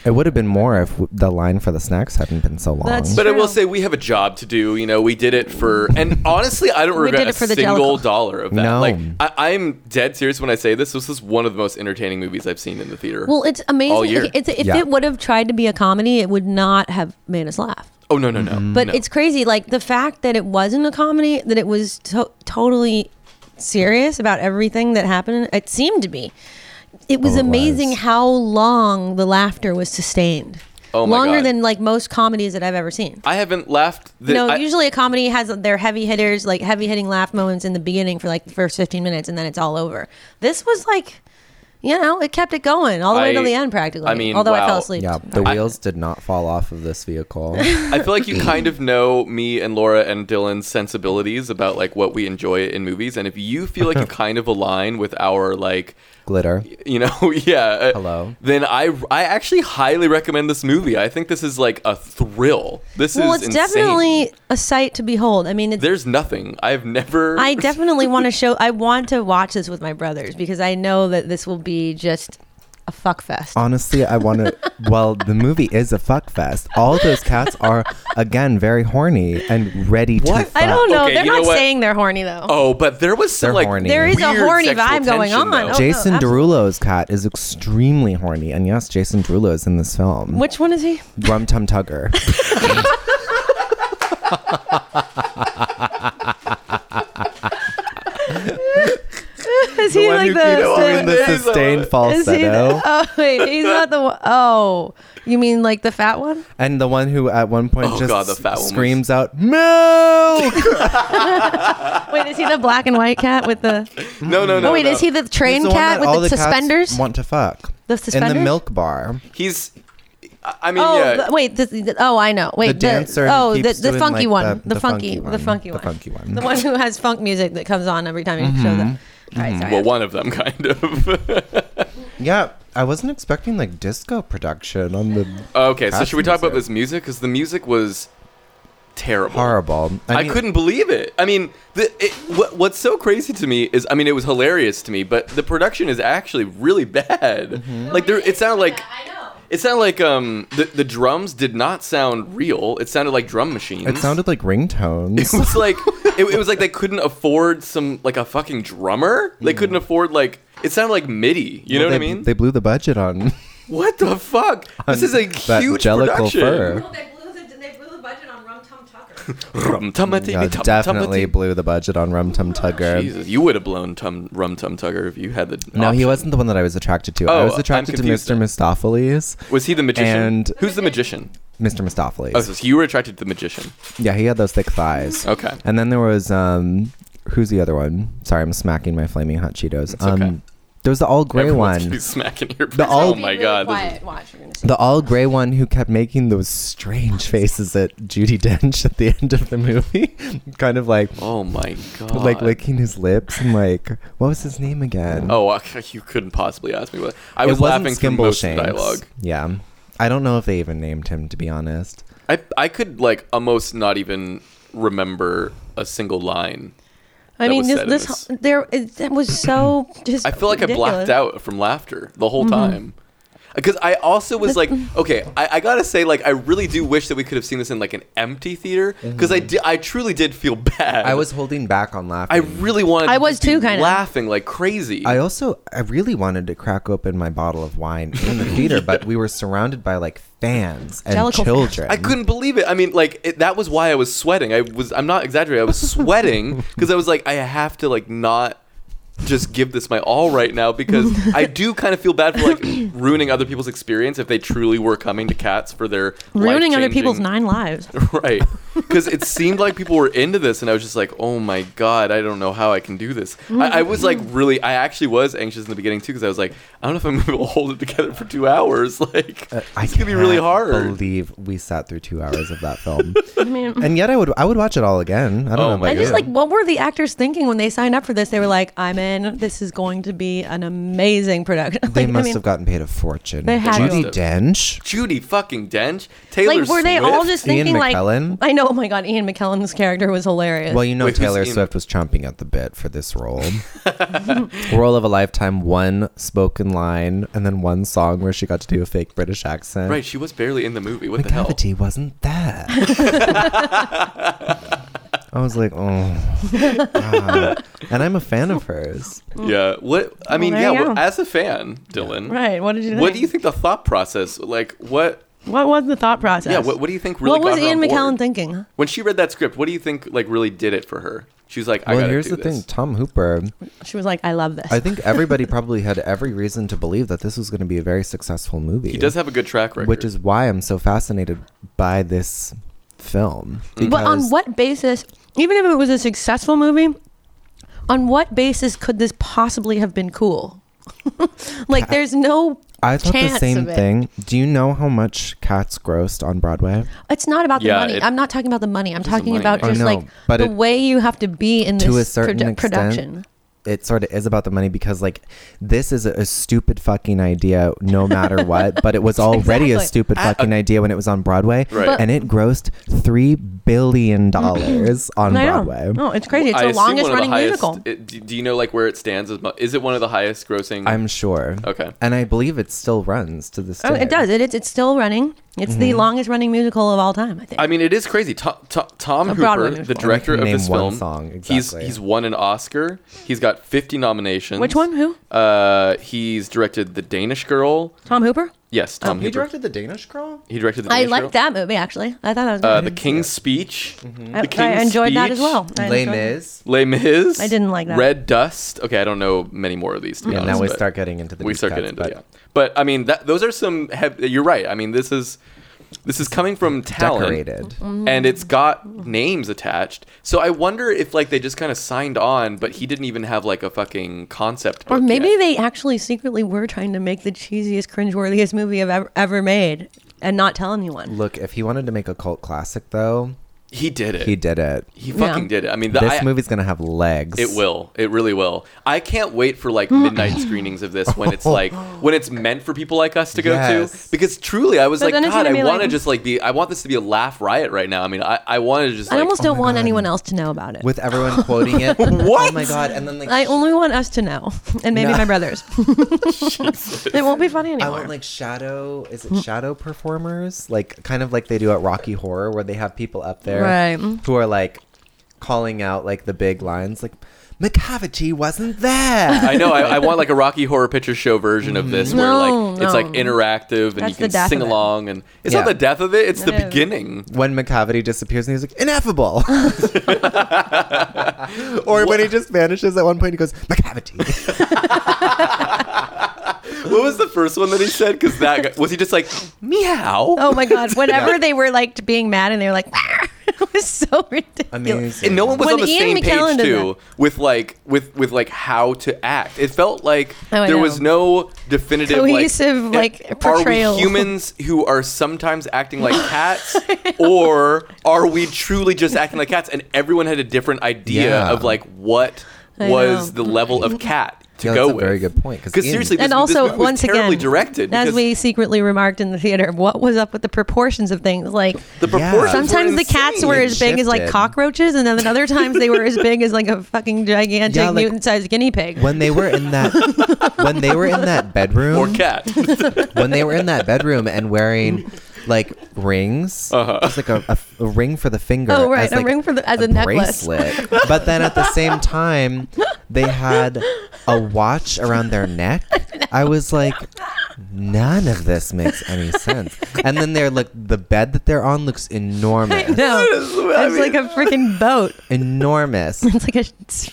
C: it would have been more if w- the line for the snacks hadn't been so long.
B: That's-
A: But I will
B: True.
A: say we have a job to do. You know, we did it for, and honestly, I don't
B: We
A: regret
B: did it for
A: a
B: the
A: single
B: Jellicle.
A: dollar of that.
C: No.
A: Like, I, I'm dead serious when I say this. This is one of the most entertaining movies I've seen in the theater.
B: Well, it's amazing.
A: All year.
B: It's, if
C: Yeah.
B: it would have tried to be a comedy, it would not have made us laugh.
A: oh no, no, no.
B: But
A: no.
B: it's crazy. Like the fact that it wasn't a comedy, that it was to- totally serious about everything that happened. It seemed to be. It was
C: Oh, it
B: amazing
C: was.
B: how long the laughter was sustained.
A: Oh my
B: Longer
A: God.
B: than like most comedies that I've ever seen.
A: I haven't laughed. The,
B: no,
A: I-
B: usually a comedy has their heavy hitters, like heavy hitting laugh moments in the beginning for like the first 15 minutes and then it's all over. This was like, you know, it kept it going all the way to
A: I-
B: the end practically.
A: I mean,
B: although I
A: wow.
B: fell asleep.
C: yeah, the
A: I-
C: wheels did not fall off of this vehicle.
A: I feel like you kind of know me and Laura and Dylan's sensibilities about like what we enjoy in movies, and if you feel like you kind of align with our like
C: Glitter.
A: you know yeah uh,
C: Hello.
A: then i i actually highly recommend this movie i think this is like a thrill this
B: well,
A: is
B: it's
A: insane.
B: definitely a sight to behold. I mean, it's,
A: there's nothing i've never
B: I definitely want to show, I want to watch this with my brothers because I know that this will be just a fuck fest.
C: Honestly, I want to. well, the movie is a fuck fest. All those cats are again very horny and ready to.
A: What?
C: Fuck.
B: I don't know.
A: Okay,
B: They're
A: you know
B: not
A: what?
B: saying they're horny though.
A: oh but there was some
C: They're
A: like
C: horny.
B: there is a
A: weird
B: horny
A: sexual
B: vibe going
A: tension,
B: on.
A: though.
B: Oh, no,
C: Jason
B: absolutely.
C: Derulo's cat is extremely horny, and yes, Jason Derulo is in this film.
B: Which one is he?
C: Rum Tum Tugger.
B: Is he
A: one
B: like
A: who
B: the,
A: keeps going
B: the-
A: in
C: the
A: There is
C: sustained
A: a-
B: Is he?
C: falsetto.
B: Oh wait, he's not the one. Oh, you mean like the fat one?
C: And the one who at one point
A: Oh,
C: just
A: God, the fat one
C: screams out, milk!
B: Wait, is he the black and white cat with the?
A: no no no
B: oh wait,
A: no.
B: is he the train
C: He's the one
B: cat
C: that
B: with
C: all
B: the,
C: cats
B: suspenders?
C: want to fuck.
B: The
C: In
B: suspenders?
C: the milk bar.
A: he's i I mean
B: Oh
A: yeah
B: the- wait, the, the- oh I know. Wait,
C: The dancer who
B: oh, the,
C: keeps
B: the
C: doing,
B: funky
C: like,
B: one.
C: the-
B: The,
C: the
B: funky.
C: funky one.
B: The funky
C: The
B: one.
C: funky one. Mm-hmm.
B: The one who has funk music that comes on every time you show them. All right, sorry.
A: well one of them kind of
C: Yeah, I wasn't expecting like disco production on the
A: okay so should we talk about
C: Fascinating.
A: this music because the music was terrible
C: horrible.
A: I,
C: mean,
A: couldn't believe it. I mean, the, it, what, what's so crazy to me is, I mean, it was hilarious to me, but the production is actually really bad.
C: Mm-hmm.
A: Like there, it sounded like it sounded like um the, the drums did not sound real. It sounded like drum machines.
C: It sounded like
A: It
C: ringtones.
A: was like it, it was like they couldn't afford some like a fucking drummer. They couldn't afford like it sounded like MIDI. You know
C: Mm.
A: what
C: they,
A: I mean?
C: They blew the budget on.
A: what the fuck? This is a
C: that
A: huge
C: Jellicle
A: production.
C: fur.
B: they blew the they blew the budget on Rum Tum Tucker.
A: Rum tummity,
C: Yeah,
A: tum
C: definitely
A: tummity.
C: blew the budget on Rum Tum Tugger.
A: Jesus, you would have blown tum, Rum Tum Tugger if you had the.
C: No, he
A: option.
C: wasn't the one that I was attracted to. I
A: Oh,
C: was
A: I'm
C: attracted to
A: confused
C: Mr.
A: then.
C: Mistopheles.
A: Was he the magician?
C: And-
A: Who's the magician?
C: Mr. Mistopheles.
A: Oh, so you were attracted to the magician.
C: Yeah, he had those thick thighs.
A: Okay.
C: And then there was um, who's the other one? Sorry, I'm smacking my flaming hot Cheetos. um,
A: okay.
C: there was the all gray
A: Everyone's
C: one.
A: just Smacking your
C: The all-
A: oh my god. this is-
B: Watch, we're gonna see.
C: The all gray one who kept making those strange faces at Judy Dench at the end of the movie, kind of like
A: oh my god.
C: like licking his lips and like what was his name again?
A: Oh, I- you couldn't possibly ask me what. I
C: It
A: was
C: wasn't
A: laughing from most of the
C: Skimbleshanks.
A: dialogue.
C: Yeah, I don't know if they even named him to be honest.
A: I I could like almost not even remember a single line.
B: I
A: that
B: mean,
A: was
B: this,
A: said in
B: this,
A: this.
B: ho- there it, that was so just.
A: I feel like
B: ridiculous.
A: I blacked out from laughter the whole time. Because I also was like, okay, I, I gotta say, like, I really do wish that we could have seen this in like an empty theater. Because I di- I truly did feel bad.
C: Mm-hmm. I was holding back on laughing.
A: I really wanted.
B: I
A: to
B: was
A: just be
B: too, kinda.
A: laughing like crazy.
C: I also I really wanted to crack open my bottle of wine in the theater, but we were surrounded by like fans and
B: Jellicle fans.
C: children.
A: I couldn't believe it. I mean, like it, that was why I was sweating. I was. I'm not exaggerating. I was sweating because I was like, I have to like not just give this my all right now because I do kind of feel bad for like ruining other people's experience if they truly were coming to cats for their
B: ruining other
A: life-changing-
B: people's nine lives.
A: right because it seemed like people were into this and i was just like oh my god i don't know how i can do this I, I was like
C: Mm-hmm.
A: really i actually was anxious in the beginning too because i was like i don't know if i'm gonna be able to hold it together for two hours like it's gonna be really
C: Uh, can't
A: hard
C: Believe we sat through two hours of that film, and yet I would I would watch it all again. I don't
A: Oh
C: know.
A: my
C: About
B: I just
C: you.
A: God.
B: like what were the actors thinking when they signed up for this? They were like, "I'm in. This is going to be an amazing production.
C: They
B: Like, I
C: must
B: mean,
C: have gotten paid a fortune.
B: They had
C: Judi
A: to.
C: Dench.
A: Judy fucking Dench. Taylor
B: like were they all
A: Swift?
B: just
C: Ian
B: thinking like
C: McKellen?
B: I know, oh my god, Ian McKellen's character was hilarious.
C: Well, you know
A: Wait, who's
C: Taylor
A: in-
C: Swift was chomping at the bit for this role. role of a lifetime, one spoken line, and then one song where she got to do a fake British accent.
A: Right, she was barely in the movie. What the hell?
C: Cavity wasn't there. I was like, oh, God. and I'm a fan of hers.
A: Yeah. What? I mean,
B: Mm. there
A: yeah.
B: you
A: well,
B: go.
A: as a fan, Dylan.
B: right. What did you think?
A: What do you think the thought process? Like, what?
B: What was the thought process?
A: Yeah. What, what do you think really?
B: what was
A: got her
B: Ian
A: on
B: McKellen
A: board?
B: thinking?
A: When she read that script, what do you think like really did it for her? She was like, I
C: well,
A: gotta
C: here's
A: do
C: the
A: this.
C: thing, Tom Hooper.
B: She was like, I love this.
C: I think everybody probably had every reason to believe that this was going to be a very successful movie.
A: He does have a good track record.
C: which is why I'm so fascinated by this film.
B: but on
C: because-
B: what basis, even if it was a successful movie, on what basis could this possibly have been cool? like, there's no.
C: I thought
B: chance
C: the
B: of
C: same
B: it.
C: thing. Do you not know how much Cats grossed on Broadway?
B: It's not about the
A: Yeah,
B: money.
A: it-
B: I'm not talking about the money. I'm
A: doesn't
B: talking
A: mind
B: about
A: me. I
B: just
C: know,
B: like
C: but
B: the
C: it-
B: way you have to be in this
C: to a certain
B: produ-
C: extent,
B: production.
C: It sort of is about the money because, like, this is a, a stupid fucking idea, no matter what. but it was already a
B: Exactly.
C: stupid fucking idea when it was on Broadway,
A: Right. But-
C: and it grossed three billion dollars on
B: I know.
C: Broadway.
B: No, it's crazy. It's
A: I
B: the
A: assume
B: longest
A: one of
B: running
A: highest,
B: musical.
A: it- do, do you know like where it stands? As mu- is it one of the highest grossing?
C: I'm sure.
A: Okay.
C: And I believe it still runs to this day.
B: Oh, it does. It, it's it's still running. It's the
C: Mm-hmm.
B: longest running musical of all time. I think.
A: I mean, it is crazy. Tom, Tom, Tom
B: A Broadway
A: Hooper, the
B: musical.
A: director of
C: Name
A: this
C: one
A: film,
C: song,
A: he's
C: exactly.
A: he's won an Oscar. He's got 50 nominations.
B: Which one? Who?
A: Uh, he's directed The Danish Girl.
B: Tom Hooper.
A: Yes, Tom Hooper.
C: The Danish Girl?
A: he directed The
B: Oh, I
A: Danish Girl.
B: liked that movie actually. I thought that was good.
A: Uh, the King's Speech. The
B: I, I
A: King's
B: enjoyed that as
A: Speech.
B: well. I
C: Les
B: enjoyed it.
C: Mis.
A: Les Mis.
B: I didn't like that.
A: Red Dust. Okay, I don't know many more of these. To be
C: Yeah,
A: honest,
C: now we
A: but
C: start getting into the
A: we
C: deep
A: start
C: cuts,
A: getting into
C: but-
A: yeah. But I mean, that, those are some. Hev- you're right. I mean, this is this is coming from talent,
C: Decorated.
A: and it's got names attached. So I wonder if like they just kind of signed on, but he didn't even have like a fucking concept.
B: Or
A: book
B: maybe
A: yet.
B: they actually secretly were trying to make the cheesiest, cringeworthiest movie I've ever, ever made and not tell anyone.
C: Look, if he wanted to make a cult classic, though,
A: he did it.
C: he did it.
A: He fucking
B: Yeah.
A: did it. I mean, the,
C: this
A: I-
C: movie's gonna have legs.
A: It will. It really will. I can't wait for
B: Mm.
A: like midnight screenings of this when it's like when it's meant for people like us to go
C: Yes.
A: to. Because truly, I was
B: But
A: like,
B: then it's
A: God,
B: gonna
A: I
B: be
A: want to
B: like-
A: just like be. I want this to be a laugh riot right now. I mean, I, I want to just.
B: I
A: Like,
B: almost
C: oh
B: don't
C: my
B: want
C: God.
B: anyone else to know about it.
C: with everyone quoting it.
A: What?
C: Oh my god! And then like
B: I
C: sh-
B: only want us to know, and maybe
C: No.
B: my brothers. it won't be funny
C: I
B: anymore.
C: want like shadow. Is
B: Mm.
C: it shadow performers? Like kind of like they do at Rocky Horror, where they have people up there
B: Right.
C: who are like calling out like the big lines, like McCavity wasn't there.
A: I know. I, I want like a Rocky Horror Picture Show version of this, where
B: No,
A: like it's like
B: no.
A: interactive and
B: That's the
A: you
B: death
A: can sing
B: of it.
A: along, and it's not
C: Yeah.
A: the death of it; it's the
B: is.
A: beginning.
C: when McCavity disappears and he's like ineffable, or when he just vanishes at one point, he goes McCavity.
A: What was the first one that he said? Because that guy, was he just like meow.
B: Oh my god! Whenever they were like being mad and they were like, it was so ridiculous.
C: Amazing.
A: And no one was
B: When
A: on the
B: Ian
A: same page
B: McKellen did
A: too with like with with like how to act. It felt like
B: Oh, I
A: there
B: know.
A: was no definitive like,
B: Cohesive,
A: eh,
B: like, portrayal.
A: Are we humans who are sometimes acting like cats, or are we truly just acting like cats? And everyone had a different idea
C: Yeah.
A: of like what
B: I
A: was
B: know.
A: the level of cat to
C: Yeah,
A: go
C: that's a
A: with.
C: very good point, 'cause
A: Because
C: Ian-
A: seriously, this,
B: and
A: this
B: also
A: movie was
B: once
A: terribly
B: again
A: directed
B: as
A: because
B: we secretly remarked in the theater what was up with the proportions of things like
A: the
C: Yeah.
A: proportions were
B: sometimes the cats
A: insane.
B: were
C: It
B: as big as like
C: shifted.
B: cockroaches and then other times they were as big as like a fucking gigantic
C: Yeah, like-
B: mutant-sized guinea pig
C: when they were in that when they were in that bedroom
A: or cat.
C: when they were in that bedroom and wearing like rings, just like a, a, a ring for the finger.
B: Oh, right, a
C: like,
B: ring for the- as a necklace.
C: bracelet. But then at the same time, they had a watch around their neck. I was like, none of this makes any sense. And then they're like, the bed that they're on looks enormous,
B: no
A: I
B: it's like a freaking boat
C: enormous.
B: it's like a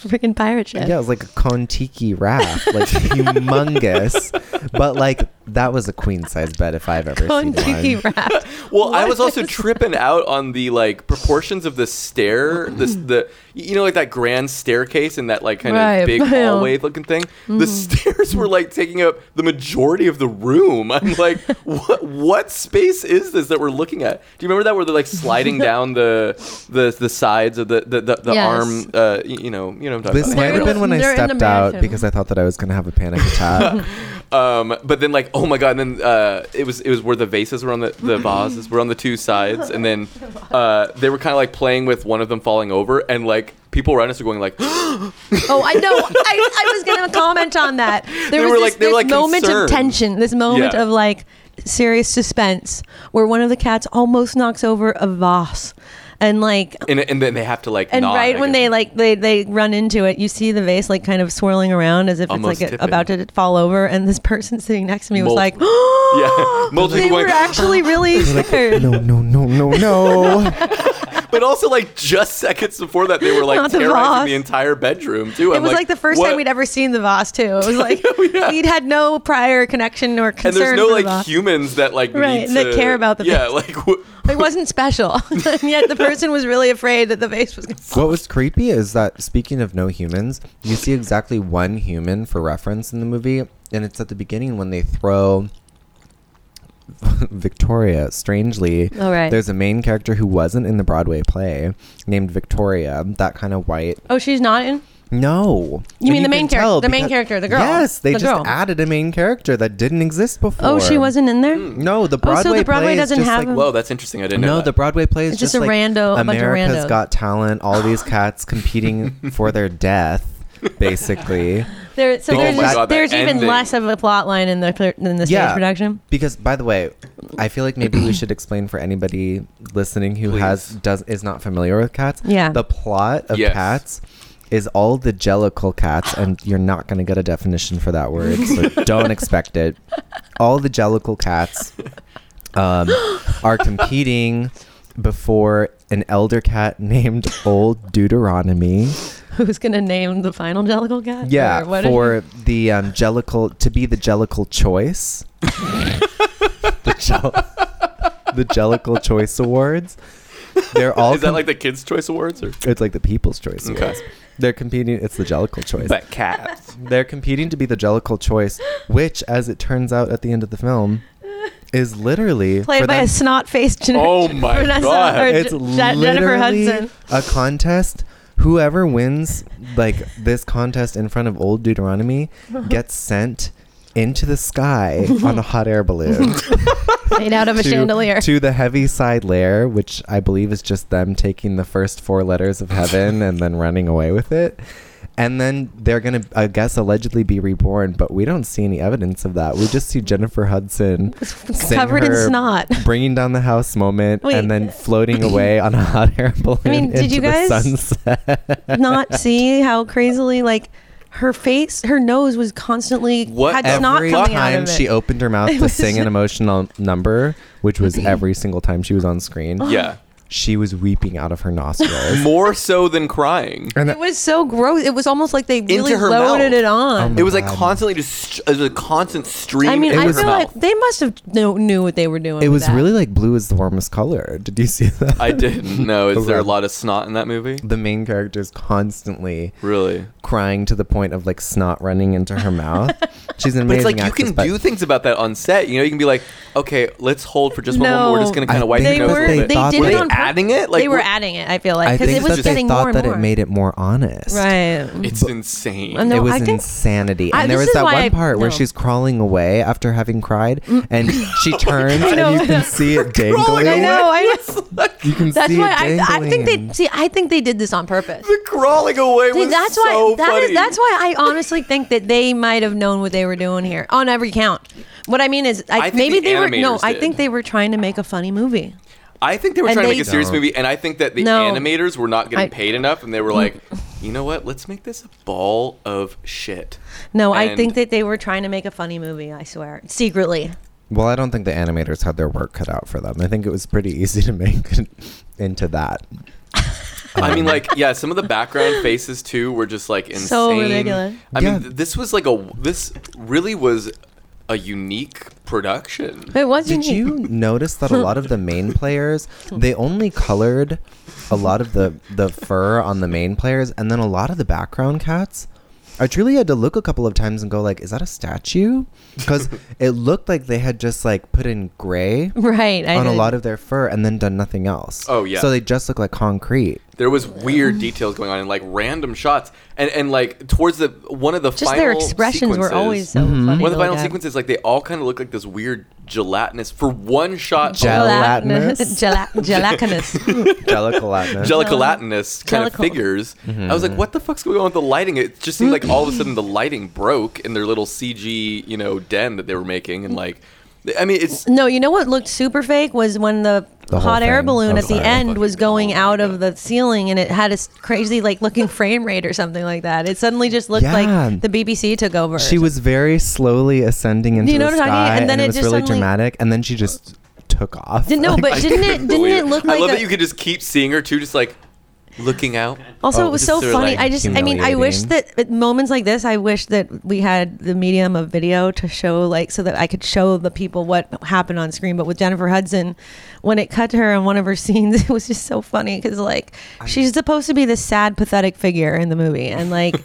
B: freaking pirate ship
C: Yeah, it was like a Kontiki raft, like humongous. but like That was a queen size bed if I've ever seen one.
B: Contiki wrapped.
A: Well, I
B: What
A: was also
B: is
A: tripping out on the like proportions of the stair, this the you know like that grand staircase and that like kind
B: Right, Mm.
A: of big
B: yeah.
A: hallway looking thing. The stairs were like taking up the majority of the room. I'm like, what what space is this that we're looking at? Do you remember that where they're like sliding down the the the sides of the the, the, the
B: Yes.
A: arm? Uh, y- you know, you know. What I'm talking
C: This
A: about.
C: might
B: They're
C: have
B: in-
C: been when I
B: they're in the
C: stepped out
B: mansion.
C: because I thought that I was gonna have a panic attack.
A: Um, but then like, oh my god, and then uh, it was it was where the vases were on the the vases were on the two sides, and then uh, they were kind of like playing with one of them falling over, and like people around us were going like,
B: Oh, I know. I, I was going to comment on that. There
A: They
B: was
A: were
B: this,
A: like- they were like
B: this moment
A: concerned.
B: of tension, this moment
A: Yeah.
B: of like serious suspense, where one of the cats almost knocks over a vase, and like,
A: and, and then they have to like,
B: and
A: nod,
B: right
A: I
B: when
A: guess.
B: they like they they run into it, you see the vase like kind of swirling around as if
A: Almost
B: it's like
A: tipping.
B: about to fall over, and this person sitting next to me was
A: Multi-
B: like,
A: yeah,
B: "Oh,
A: multiple
B: they were
A: going-
B: actually really scared."
C: no, no, no, no, no.
A: but also like just seconds before that they were like
B: Not the
A: terrorizing
B: vase.
A: the entire bedroom too.
B: It was like, the first time we'd ever seen the Voss too. It was like
A: Oh, Yeah.
B: we'd had no prior connection or concern.
A: And there's no
B: for the
A: like
B: Voss.
A: humans that like
B: Right,
A: need
B: that
A: to-
B: care about the
A: yeah
B: vase.
A: like w-
B: It wasn't special. and yet the person was really afraid that the vase was going to
C: what was creepy is that speaking of no humans, you see exactly one human for reference in the movie, and it's at the beginning when they throw Victoria. Strangely,
B: All right.
C: there's a main character who wasn't in the Broadway play named Victoria. That kind of white
B: Oh, she's not in?
C: No.
B: You mean
C: And
B: the main
C: can
B: character-
C: tell
B: the main
C: because-
B: character, the girl,
C: Yes, they
B: the
C: just
B: girl.
C: added a main character that didn't exist before.
B: Oh, she wasn't in there?
A: Hmm.
C: No, the
B: Oh,
C: Broadway.
B: so the Broadway
C: play is
B: doesn't
C: just
B: have
C: like-
B: a-
A: whoa that's interesting I didn't know
C: No,
A: that.
C: the Broadway play is
B: It's
C: just,
B: just a
C: like
B: rando- a bunch of
C: America's
B: randos.
C: Got Talent. All these cats competing for their death, basically.
B: There, so
A: Oh
B: there's,
C: my
B: just-
A: God, that
B: there's even
A: ending.
B: less of a plot line in the pl- in the stage
C: Yeah.
B: production.
C: Because, by the way, I feel like maybe we should explain for anybody listening who has
A: Please.
C: does is not familiar with cats.
B: Yeah.
C: the plot of
A: Yes.
C: cats is all the jellicle cats, and you're not going to get a definition for that word, so don't expect it. All the jellicle cats um, are competing before an elder cat named Old Deuteronomy.
B: Who's going to name the final Jellicle cat?
C: Yeah,
B: Or what-
C: for the um, jellicle to be the jellicle choice. the, jell- the jellicle choice awards. They're all
A: is that
C: com-
A: like the Kids Choice Awards or
C: it's like the people's choice
A: Okay.
C: awards. They're competing. It's the jellicle choice.
A: cats
C: They're competing to be the jellicle choice, which, as it turns out at the end of the film, is literally
B: Played
C: for
B: by
C: them-
B: a snot faced Jen-
A: Oh my
B: Vanessa,
A: God.
B: or
C: it's
B: Je- Je- Jennifer
C: literally
B: Hudson.
C: a contest. Whoever wins like this contest in front of old Deuteronomy gets sent into the sky on a hot air balloon
B: Made out of a chandelier.
C: to the heavy side layer, which I believe is just them taking the first four letters of heaven and then running away with it. And then they're gonna, I guess, allegedly be reborn, but we don't see any evidence of that. We just see Jennifer Hudson sing
B: covered in
C: her
B: snot.
C: bringing down the house moment,
B: Wait.
C: and then floating away on a hot air balloon
B: I mean, did
C: into
B: you guys-
C: the sunset.
B: Not see how crazily, like, her face, her nose was constantly
A: What
B: had snot
C: every
B: coming out
C: time
B: of it.
C: she opened her mouth
B: It
C: to
B: was
C: sing an
B: just-
C: emotional number, which was every single time she was on screen,
A: yeah
C: she was weeping out of her nostrils.
A: more so than crying
C: And
B: It was so gross. It was almost like they really
A: her
B: loaded
A: mouth.
B: it on.
C: Um,
A: It was like
C: God.
A: constantly just st- it was a constant stream.
B: I mean,
A: into
B: I
A: her
B: feel like
A: mouth.
B: they must have know, knew what they were doing.
C: it
B: with
C: was
B: that.
C: really like blue is the warmest color. Did you see that?
A: I didn't know. Is there a
C: Okay.
A: lot of snot in that movie?
C: The main character is constantly
A: Really?
C: crying to the point of like snot running into her mouth. She's an
A: But it's
C: amazing
A: like you
C: actress,
A: can
C: but
A: do things about that on set. You know, you can be like, okay, let's hold for just one moment.
B: No.
A: We're just gonna kind
C: I
A: of wipe
C: think
B: They
A: your nose
C: that
A: a
B: were.
A: little
C: they
B: They,
A: bit.
C: thought
B: did
C: that-
B: it
A: they
B: on purpose.
A: adding it? Like,
B: they were
A: what-
B: adding it. I feel
C: I
B: like because
C: think
B: it was
C: that they
B: getting
C: thought
B: more and
C: that
B: more.
C: it made it more honest.
B: right.
A: It's insane.
B: I know.
C: it was
B: I think-
C: insanity.
B: I-
C: and there
B: this
C: was
B: is
C: that
B: why I-
C: one part where
B: no.
C: she's crawling away after having cried, and she turns
B: know,
C: and
B: I
C: you
B: know.
C: can see it dangling.
A: Crawling
B: I know. I know.
C: You can
B: That's
C: see
B: why
C: it
B: I, I think
C: dangling.
B: they see. I think they did this on purpose.
A: the crawling away
B: See,
A: was
B: that's
A: so
B: why that
A: funny.
B: is that's why I honestly think that they might have known what they were doing here on every count. What I mean is,
A: I
B: I,
A: think
B: maybe
A: the
B: they were no.
A: animators
B: I
A: did.
B: think they were trying to make a funny movie.
A: I think they were
B: And
A: trying to
B: they-
A: make a serious
C: No.
A: movie, and I think that the
B: No.
A: animators were not getting
B: I-
A: paid enough, and they were like, you know what? Let's make this a ball of shit.
B: No, I
A: And-
B: think that they were trying to make a funny movie. I swear, secretly.
C: Well, I don't think the animators had their work cut out for them. I think it was pretty easy to make it into that.
A: I mean,
C: Um,
A: like, yeah, some of the background faces too were just like insane.
B: So ridiculous.
A: I
C: Yeah.
A: mean, th- this was like a this really was a unique production.
B: It was
C: Did
B: unique.
C: you notice that a lot of the main players they only colored a lot of the the fur on the main players and then a lot of the background cats? I truly had to look a couple of times and go like, is that a statue? Because it looked like they had just like put in gray
B: Right. I
C: on a
B: did.
C: lot of their fur and then done nothing else.
A: Oh, yeah.
C: So they just look like concrete.
A: There was weird details going on in like random shots, and and like towards the one of the
B: Just
A: final
B: their expressions were always Oh so
A: sequences-
B: funny.
A: One of
B: to
C: Mm-hmm.
A: the final
B: look at.
A: sequences, like they all kind of look like this weird gelatinous for one shot.
C: Gel- Gelatinous.
B: Gela- gelatinous.
C: Jellicolatinous.
A: Jellicolatinous kind of
B: Jellicle.
A: figures. I was like, what the fuck's going on with the lighting? It just seemed like all of a sudden the lighting broke in their little CG, you know, den that they were making, and like, I mean, it's
B: No, you know what looked super fake was when the,
C: The whole
B: hot air
C: thing.
B: balloon
C: Oh,
B: at the
C: sorry.
B: end was
A: Fucking-
B: going
A: oh my
B: out of
A: God.
B: the ceiling and it had a s- crazy like looking frame rate or something like that. It suddenly just looked
C: Yeah.
B: like the BBC took over. or
C: She was very slowly ascending into
B: You know
C: the
B: what I'm talking-
C: sky,
B: and
C: and,
B: then
C: it
B: it
C: was
B: just
C: really
B: suddenly-
C: dramatic, and then she just took off.
B: Didn't- no,
C: Like,
B: but
A: I
B: didn't
A: couldn't
B: it didn't
A: believe
B: it look
A: I
B: like
A: love
B: a-
A: that you could just keep seeing her too, just like looking out.
B: Also,
C: Oh,
B: it was
A: just
B: so
A: sort of,
B: funny.
A: like,
B: I just, I mean, I wish that at moments like this, I wish that we had the medium of video to show, like, so that I could show the people what happened on screen. But with Jennifer Hudson, when it cut to her in one of her scenes, it was just so funny because, like, she's supposed to be this sad, pathetic figure in the movie. And, like,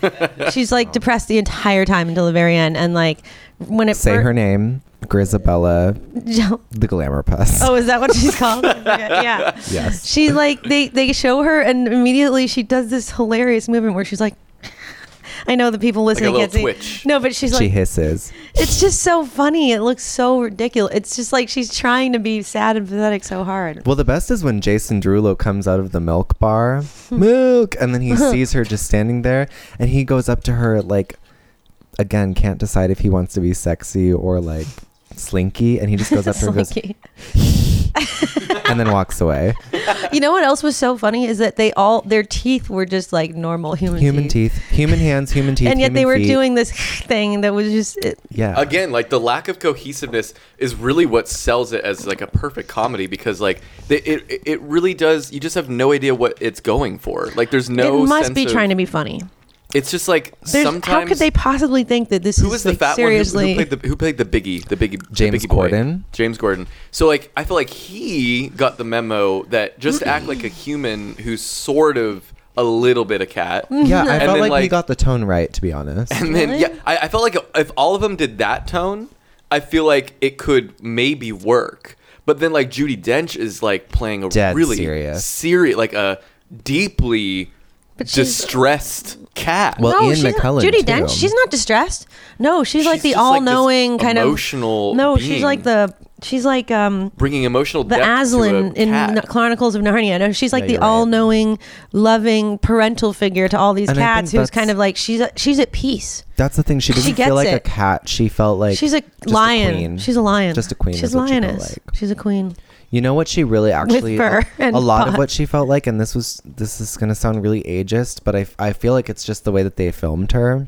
B: she's, like, depressed the entire time until the very end. And, like, when it
C: say
B: fir-
C: her name, Grisabella, the glamour puss.
B: Oh, is that what she's called? I forget. Yeah.
C: Yes.
B: She like they they show her and immediately she does this hilarious movement where she's like I know the people listening
A: little
B: can't see.
A: twitch.
B: No, but she's
C: she
B: like
C: hisses.
B: it's just so funny. It looks so ridiculous. It's just like she's trying to be sad and pathetic so hard.
C: Well, the best is when Jason Derulo comes out of the milk bar,
B: Hmm.
C: milk, and then he sees her just standing there, and he goes up to her like, again, can't decide if he wants to be sexy or like slinky, and he just goes up to her and goes,
B: Slinky.
C: and then walks away.
B: you know what else was so funny is that they all their teeth were just like normal human
C: Human teeth, human hands, human teeth,
B: and yet they
C: human
B: were
C: feet.
B: doing this thing that was just it,
C: yeah.
A: Again, like the lack of cohesiveness is really what sells it as like a perfect comedy because like they, it it really does. You just have no idea what it's going for. Like there's no.
B: it must
A: sense
B: be
A: of-
B: trying to be funny.
A: It's just like
B: There's,
A: sometimes.
B: how could they possibly think that this
A: Who
B: is
A: was the
B: like,
A: fat
B: seriously
A: one who- who, played the who played the biggie the biggie the
C: James
A: biggie boy?
C: Gordon?
A: James Gordon. So like I feel like he got the memo that just
B: Mm-hmm.
A: act like a human who's sort of a little bit a cat.
C: yeah, I
A: And
C: felt
A: then,
C: like, we
A: like-
C: got the tone right, to be honest.
A: And then
B: Mm-hmm. Really?
A: yeah, I, I felt like if all of them did that tone, I feel like it could maybe work. But then like Judy Dench is like playing a
C: Dead
A: really
C: serious.
A: serious, like a deeply
B: But she's-
A: distressed cat.
C: Well, Oh, Ian
B: Oh, she's not-
C: McKellen,
B: Judy
C: too.
B: Dench, she's not distressed. No, she's, like
A: She's
B: the
A: just, like, this
B: all-knowing kind
A: emotional
B: of No, she's
A: being.
B: like the she's like um
A: bringing emotional
B: the
A: depth
B: Aslan
A: to a
B: in
A: cat.
B: N- Chronicles of Narnia. No, she's like
C: No,
B: the
C: you're right.
B: all-knowing, loving parental figure to all these
C: And I
B: cats,
C: think
B: who's kind
C: that's-
B: of like she's she's at peace.
C: That's the thing. She
B: She
C: didn't
B: gets
C: feel like a
B: it.
C: cat. She felt like
B: she's a
C: just
B: lion.
C: queen.
B: She's a lion.
C: Just a queen.
B: She's
C: is
B: a
C: what you feel
B: lioness.
C: like.
B: She's a queen.
C: You know what she really actually
B: fur and
C: a lot of
B: paw.
C: what she felt like, and this was this is gonna sound really ageist, but I f- I feel like it's just the way that they filmed her.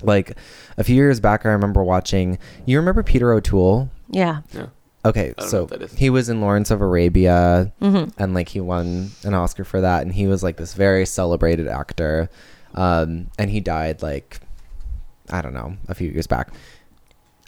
C: Like a few years back, I remember watching. You remember Peter O'Toole?
B: Yeah.
A: Yeah.
C: Okay,
A: I don't know
C: so
A: what that is.
C: he was in Lawrence of Arabia,
B: Mm-hmm.
C: and like he won an Oscar for that, and he was like this very celebrated actor, um, and he died like I don't know a few years back.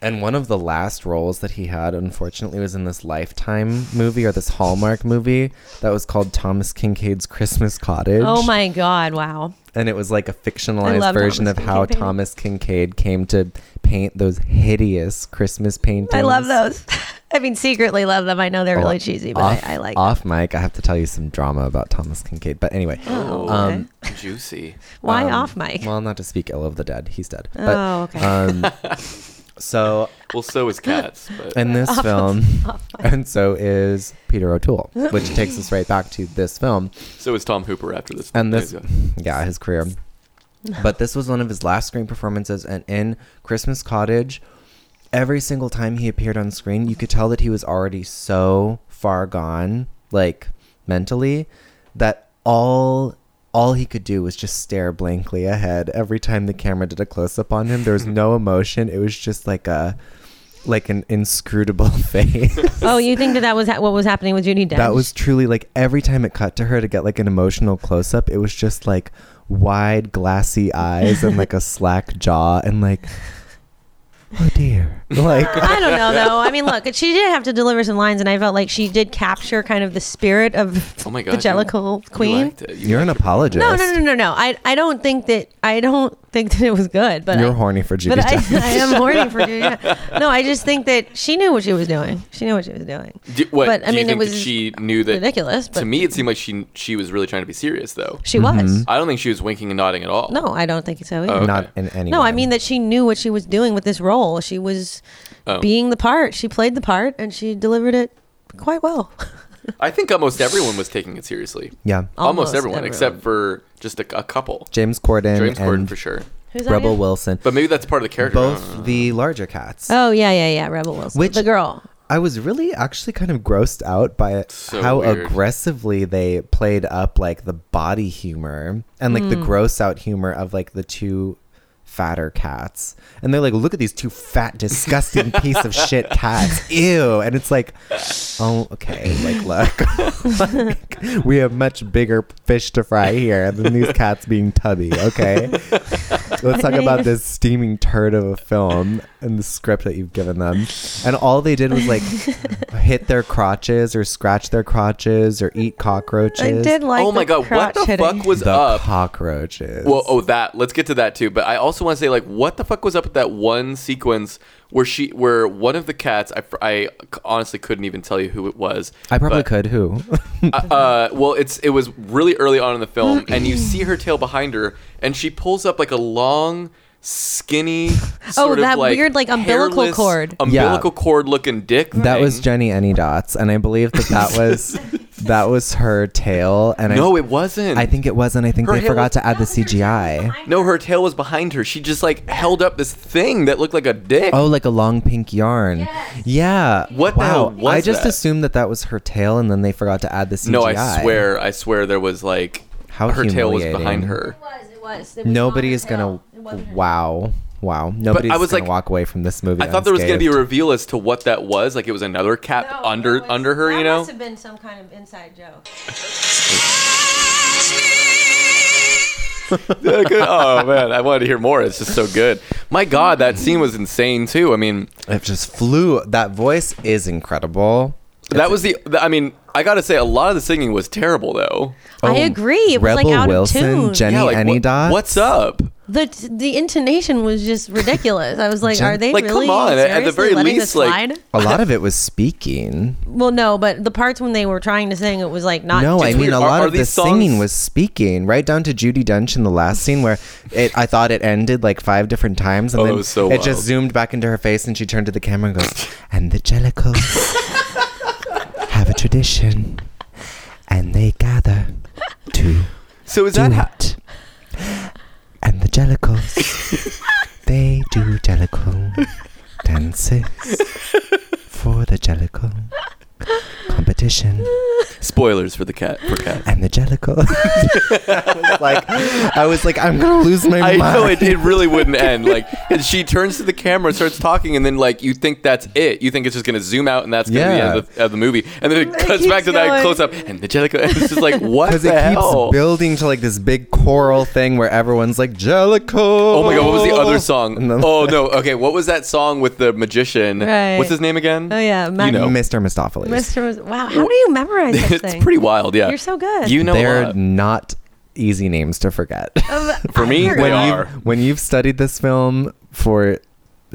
C: And one of the last roles that he had, unfortunately, was in this Lifetime movie or this Hallmark movie that was called Thomas Kincaid's Christmas Cottage.
B: Oh my god, wow.
C: And it was like a
B: I
C: fictionalized
B: love
C: version
B: Thomas
C: of how
B: Kincaid.
C: Thomas Kincaid came to paint those hideous Christmas paintings.
B: I love those. I mean, secretly love them. I know they're really
C: Off-
B: cheesy, but
C: Oh, off,
B: I, I like them.
C: off mic. I have to tell you some drama about Thomas Kincaid, but anyway,
B: Oh,
C: um,
B: okay.
A: Juicy.
B: Why
C: um,
B: off mic?
C: Well, not to speak ill of the dead. He's dead. But,
B: oh, okay.
C: um, so
A: Well, so is cats. But
C: in this film, and so is Peter O'Toole, which takes us right back to this film
A: so is Tom Hooper after this.
C: and this,
A: There you
C: yeah, his career. But this was one of his last screen performances, and in Christmas Cottage, every single time he appeared on screen, you could tell that he was already so far gone, like mentally, that all all he could do was just stare blankly ahead. Every time the camera did a close up on him, there was no emotion. It was just like a like an inscrutable face.
B: Oh, you think that that was ha- what was happening with Judy Dench?
C: That was truly like every time it cut to her to get like an emotional close up, it was just like wide glassy eyes and like a slack jaw and like oh dear. Like
B: I don't know though. I mean, look, she did have to deliver some lines, and I felt like she did capture kind of the spirit of
A: Oh my
B: the
A: god,
B: Jellicle Queen.
C: you're an apologist.
B: No, no, no, no, no. I I don't think that I don't think that it was good, but
C: You're
B: I,
C: horny for Judy
B: but I,
C: Dench.
B: I am horny for Judy. Dench. No, I just think that she knew what she was doing. She knew what she was doing.
A: Do, what,
B: But, I
A: do you
B: mean, it
A: think that
B: was
A: she knew that?
B: Ridiculous, but
A: To me, it seemed like she she was really trying to be serious, though.
B: she was.
C: Mm-hmm.
A: I don't think she was winking and nodding at all.
B: No, I don't think so either.
A: okay.
C: Not in any.
B: No, I
C: way.
B: mean that she knew what she was doing with this role. She was
A: Oh.
B: being the part. She played the part, and she delivered it quite well.
A: I think almost everyone was taking it seriously.
C: Yeah.
A: Almost,
B: Almost
A: everyone,
B: everyone.
A: except for just a, a couple.
C: James Corden
A: James Corden
C: and
A: for sure,
B: Who's that
C: Rebel
B: again?
C: Wilson.
A: but uh, maybe that's part of the character. I don't know.
C: both the larger cats.
B: Oh yeah, yeah, yeah. Rebel Wilson,
C: Which-
B: the girl.
C: I was really actually kind of grossed out by
A: So
C: how
A: weird.
C: aggressively they played up like the body humor and like the gross out humor of like the two fatter cats. And they're like, look at these two fat, disgusting piece of shit cats. Ew. And it's like, oh, okay. Like, look, like, we have much bigger fish to fry here than these cats being tubby. Okay. Let's talk about this steaming turd of a film and the script that you've given them. And all they did was like hit their crotches or scratch their crotches or eat cockroaches.
B: I did like.
A: oh my
B: the
A: god, what
B: crotch
A: the
B: hitting.
A: fuck was
C: the
A: up?
C: cockroaches.
A: Well, oh, that. Let's get to that too. But I also want to say, like, what the fuck was up with that one sequence where she, where one of the cats, I, I honestly couldn't even tell you who it was.
C: I probably
A: but,
C: could. Who?
A: uh, uh, well, it's it was really early on in the film, and
C: Mm.
A: you see her tail behind her, and she pulls up like a long, skinny,
C: Oh,
A: sort of,
B: that weird, like, umbilical
A: hairless,
B: cord.
A: umbilical cord looking dick.
C: that was
A: thing.
C: Jenny Any Dots, and I believe that that was that was her tail. And
A: no,
C: I,
A: it wasn't.
C: I think it was, and I think
A: Her
C: they
A: hair
C: forgot
A: was-
C: to add the CGI.
A: no, her tail was behind her. She just like held up this thing that looked like a dick.
C: Oh, like a long pink yarn. Yeah.
A: What the
C: wow.
A: hell was
C: I just
A: that?
C: assumed that that was her tail, and then they forgot to add the CGI.
A: no, I swear, I swear, there was like
C: How
A: her tail was behind
C: humiliating.
A: her.
B: It was.
C: Nobody is gonna. Wow. Wow. Nobody's
A: I was
C: gonna
A: like-
C: walk away from this movie.
A: I thought there was gonna be a
C: unscathed.
A: reveal as to what that was. Like it was another cat under under her. You know.
B: have been some kind of inside joke.
A: oh man, I wanted to hear more. It's just so good. My God, that scene was insane too. I mean,
C: It just flew. That voice is incredible.
A: that was the. I mean, I gotta say, a lot of the singing was terrible though.
B: I
C: Oh,
B: agree. It was
C: Rebel
B: like out
C: Wilson,
B: of tune.
C: Jenny
A: like,
C: Any
A: what-
C: Dots.
A: What's up?
B: the the intonation was just ridiculous. I was like,
C: Jen-
B: are they
A: Like, come
B: really
A: on, at the
B: seriously
A: very
B: letting
A: least,
B: this
A: like-
B: slide?
C: A lot of it was speaking.
B: Well, no, but the parts when they were trying to sing, it was like not.
C: No, I
A: It's
C: mean
A: weird.
C: a
A: Are-
C: lot
A: are
C: of the
A: these
C: singing
A: songs-
C: was speaking, right down to Judy Dench in the last scene where it. I thought it ended like five different times, and
A: Oh, it
C: then
A: was so
C: it just
A: wild.
C: zoomed back into her face, and she turned to the camera and goes, "And the Jellicles have a tradition, and they gather to
A: So is
C: do
A: that? Ha-
C: it. And the Jellicles, they do Jellicle dances for the Jellicle competition."
A: spoilers for the cat for cats.
C: and the Jellicle. like I was like, I'm gonna lose my
A: I
C: mind.
A: know it, it really wouldn't end. Like and she turns to the camera and starts talking, and then like you think that's it. You think it's just gonna zoom out, and that's gonna be the
C: Yeah.
A: end of the, of the movie. And then it, cuts
B: keeps
A: back to that
B: going.
A: close up, and the Jellicle. And it's just like what the
C: because it keeps
A: hell?
C: building to like this big choral thing where everyone's like Jellicle.
A: Oh my god, what was the other song?
C: And then-
A: oh no, okay, what was that song with the magician?
B: Right.
A: What's his name again?
B: Oh yeah,
A: You know.
C: Mr. Mistopheles.
B: Mr. Was, wow, how do you memorize this
A: it's
B: thing?
A: pretty wild, yeah.
B: You're so good.
A: You know a
C: They're
A: lot.
C: not easy names to forget.
A: For me,
B: I
A: they
B: forgot.
A: are.
C: when you've studied this film for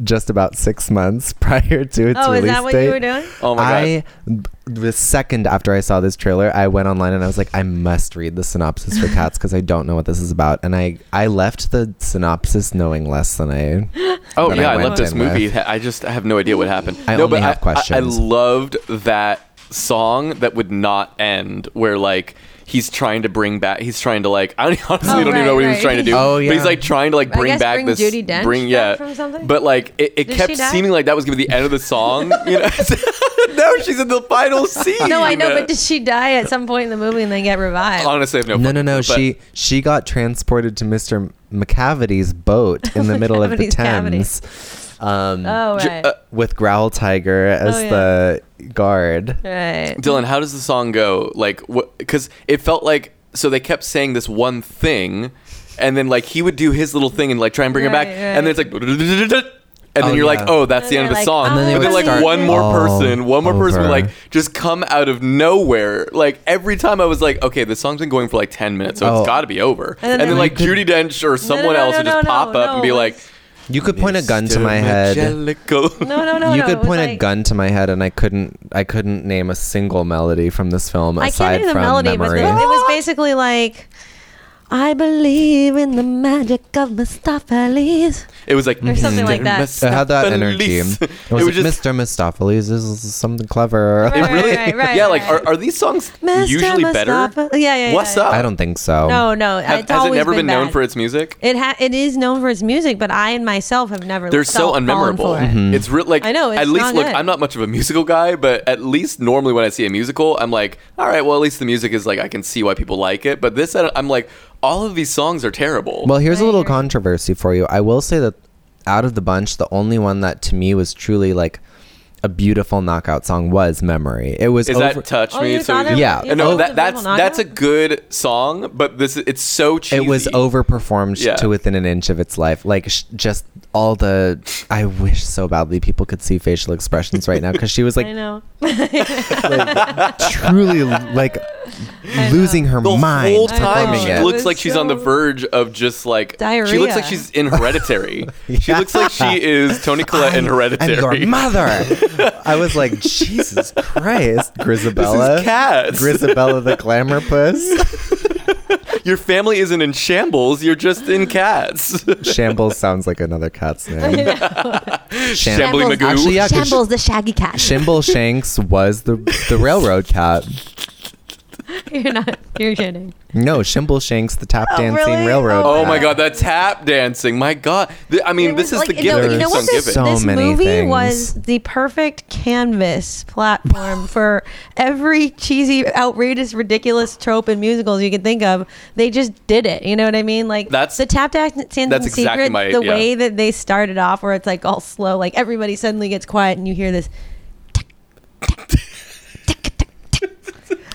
C: just about six months prior to its
B: Oh,
C: release
B: is that what
C: date,
B: you were doing?
A: Oh my god.
C: I the second after I saw this trailer, I went online and I was like, I must read the synopsis for Cats because I don't know what this is about. And I I left the synopsis knowing less than I.
A: Oh
C: that
A: yeah,
C: I
A: I,
C: went
A: love this
C: in with.
A: movie. I just I have no idea what happened.
C: I
A: no,
C: only
A: but
C: have
A: I, I, I
C: questions.
A: loved that song that would not end, where like he's trying to bring back. He's trying to like I don't, honestly
B: Oh,
A: don't
B: right,
A: even know what he was
B: right.
A: trying to do. but
C: Oh, yeah.
A: he's like trying to like
B: I
A: bring
B: guess
A: back
B: bring
A: this
B: Judi Dench
A: bring
B: back
A: yeah
B: from something?
A: But like it, it
B: Did
A: kept
B: she die?
A: seeming like that was gonna be the end of the song. You know, no, she's in the final scene.
B: No, I know, but did she die at some point in the movie and then get revived?
A: honestly, I have no.
C: No, no,
A: fucking
C: no.
A: clue, but-
C: she she got transported to Mr. McCavity's boat in the middle of the
B: McCavity's cavity.
C: Thames, um,
B: oh,
A: J-
B: right.
A: uh,
C: with Growl Tiger as
B: Oh, yeah.
C: the guard.
B: right.
A: Dylan, how does the song go? Like, what? Because it felt like so they kept saying this one thing, and then like he would do his little thing and like try and bring it back,
B: Right,
A: and then it's like and then
C: Oh,
A: you're like,
C: yeah.
A: oh, that's
B: And
A: the end
B: they're
A: of the song.
B: like, And then they
A: but
B: would
A: then like
B: start
A: one more
C: all
A: person, one more person would
C: over.
A: like just come out of nowhere. Like every time I was like, okay, this song's been going for like ten minutes, so
C: Oh.
A: it's got to be over. And
B: And then
A: then,
B: they-
A: like Judy Dench or someone
B: no,
A: else
B: no,
A: would just
B: no,
A: pop
B: no,
A: up and be
B: no,
A: like,
C: You could point a gun to
A: "Mr.
C: my head.
A: Majelico."
B: No, no, no.
C: you
B: no. it
C: could
B: was
C: point a
B: like-
C: gun to my head, and I couldn't. I couldn't name a single melody from this film
B: I can't
C: aside
B: do the
C: from
B: melody,
C: memory.
B: but the, it was basically like, I believe in the magic of Mistopheles.
A: It was like "Mm,
B: Or something like
A: "Mr.
B: that.
C: it had that energy.
A: Mistopheles."
C: It was, like, Mr. Mistopheles. This is something clever.
B: Right,
A: It really,
B: right, right,
A: yeah. Like,
B: right.
A: are, are these songs
B: Mr.
A: usually better?
B: Mistopheles. Yeah, yeah, yeah.
A: What's up?
C: I don't think so.
B: No, no.
A: Have-
B: it's
A: has it
B: always
A: never been, known
B: bad.
A: for its music?
B: It ha- it is known for its music, but I and myself have never.
A: They're
B: like,
A: so
B: felt- fallen
A: unmemorable.
B: for it.
C: Mm-hmm.
A: It's real like
B: I know, it's
A: at least
B: not
A: look,
B: good.
A: I'm not much of a musical guy, but at least normally when I see a musical, I'm like, all right, well at least the music is like I can see why people like it. But this, I- I'm like, all of these songs are terrible.
C: Well, here's a little
B: Right.
C: controversy for you. I will say that out of the bunch, the only one that to me was truly like a beautiful knockout song was "Memory." It was
A: is
C: over-
A: that touch
B: Oh,
A: me?
B: you thought
C: it- Yeah. you
A: no,
B: thought it was a
A: that, that's
B: beautiful
A: that's a
B: knockout?
A: good song, but this is- it's so cheesy.
C: it was overperformed
A: Yeah.
C: to within an inch of its life. Like sh- just all the. I wish so badly people could see facial expressions right now because she was
B: I
C: like
B: know.
C: truly like losing her
A: The
C: mind
A: whole
B: I
A: time
C: performing
A: she
B: know.
C: it.
A: looks
B: was
A: like she's on the
B: so-
A: verge of just like She
B: Diarrhea.
A: looks like she's in Hereditary. She looks like she is Tony Collette in
C: I am
A: Hereditary.
C: your mother. I was like, Jesus Christ, Grisabella.
A: This is cats.
C: Grisabella the glamour puss.
A: Your family isn't in shambles. You're just in cats.
C: Shambles sounds like another cat's name. Sham-
A: Shambly
B: Shambles.
A: Magoo.
C: Actually, yeah, 'cause
B: Shambles the Shaggy Cat.
C: Shimble Shanks was the the railroad cat.
B: you're not. You're kidding.
C: No, Shimble Shanks, the tap
B: Oh,
C: dancing
B: really?
C: railroad.
A: Oh
C: cat.
A: my god, that tap dancing. My god. Th- I mean,
B: It
A: this
B: was
A: is the
B: like-
A: gift
B: no,
A: that
B: you know
A: keeps on
B: what
C: There's
A: giving.
B: this,
C: so
B: this
C: many
B: movie
C: things.
B: was the perfect canvas platform for every cheesy outrageous ridiculous trope in musicals you could think of they just did it you know what i mean like
A: That's-
B: the tap dance dance in
A: that's exactly
B: secret
A: my-
B: the
A: yeah.
B: way that they started off where it's like all slow like everybody suddenly gets quiet and you hear this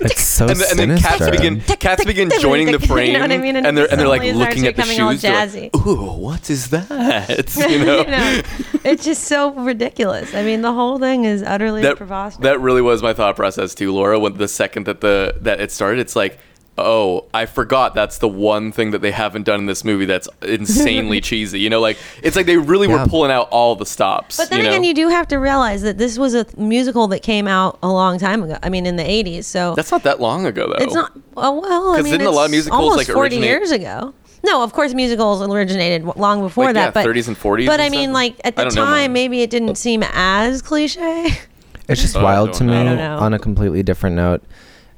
C: It's so
A: and, th- and then
C: sinister.
A: cats begin cats begin joining the frame
B: You know what I mean? And
A: and they're and they're like
B: suddenly it
A: looking at the
B: starts becoming all
A: shoes they're like, ooh what is that you know,
B: You know, it's just so ridiculous i mean the whole thing is utterly preposterous
A: that really was my thought process too laura when the second that the that it started it's like oh i forgot that's the one thing that they haven't done in this movie that's insanely cheesy you know like it's like they really
C: Yeah.
A: were pulling out all the stops
B: But then
A: you know?
B: again, you do have to realize that this was a th- musical that came out a long time ago. I mean, in the '80s, so
A: that's not that long ago though
B: it's not. Oh, well, I
A: 'Cause
B: mean,
A: didn't a
B: it's
A: lot of musicals,
B: almost
A: like,
B: 40
A: originate-
B: years ago. No, of course, musicals originated w- long before
A: Like,
B: that.
A: yeah,
B: but
A: 30s and 40s
B: But
A: and
B: I mean,
A: stuff.
B: like at
A: I
B: the
A: don't know, Oh.
B: time,
A: man.
B: maybe it didn't seem as cliche.
C: It's just
A: Oh, I
C: wild
A: don't
C: to me.
A: know. I
B: don't know.
C: On a completely different note,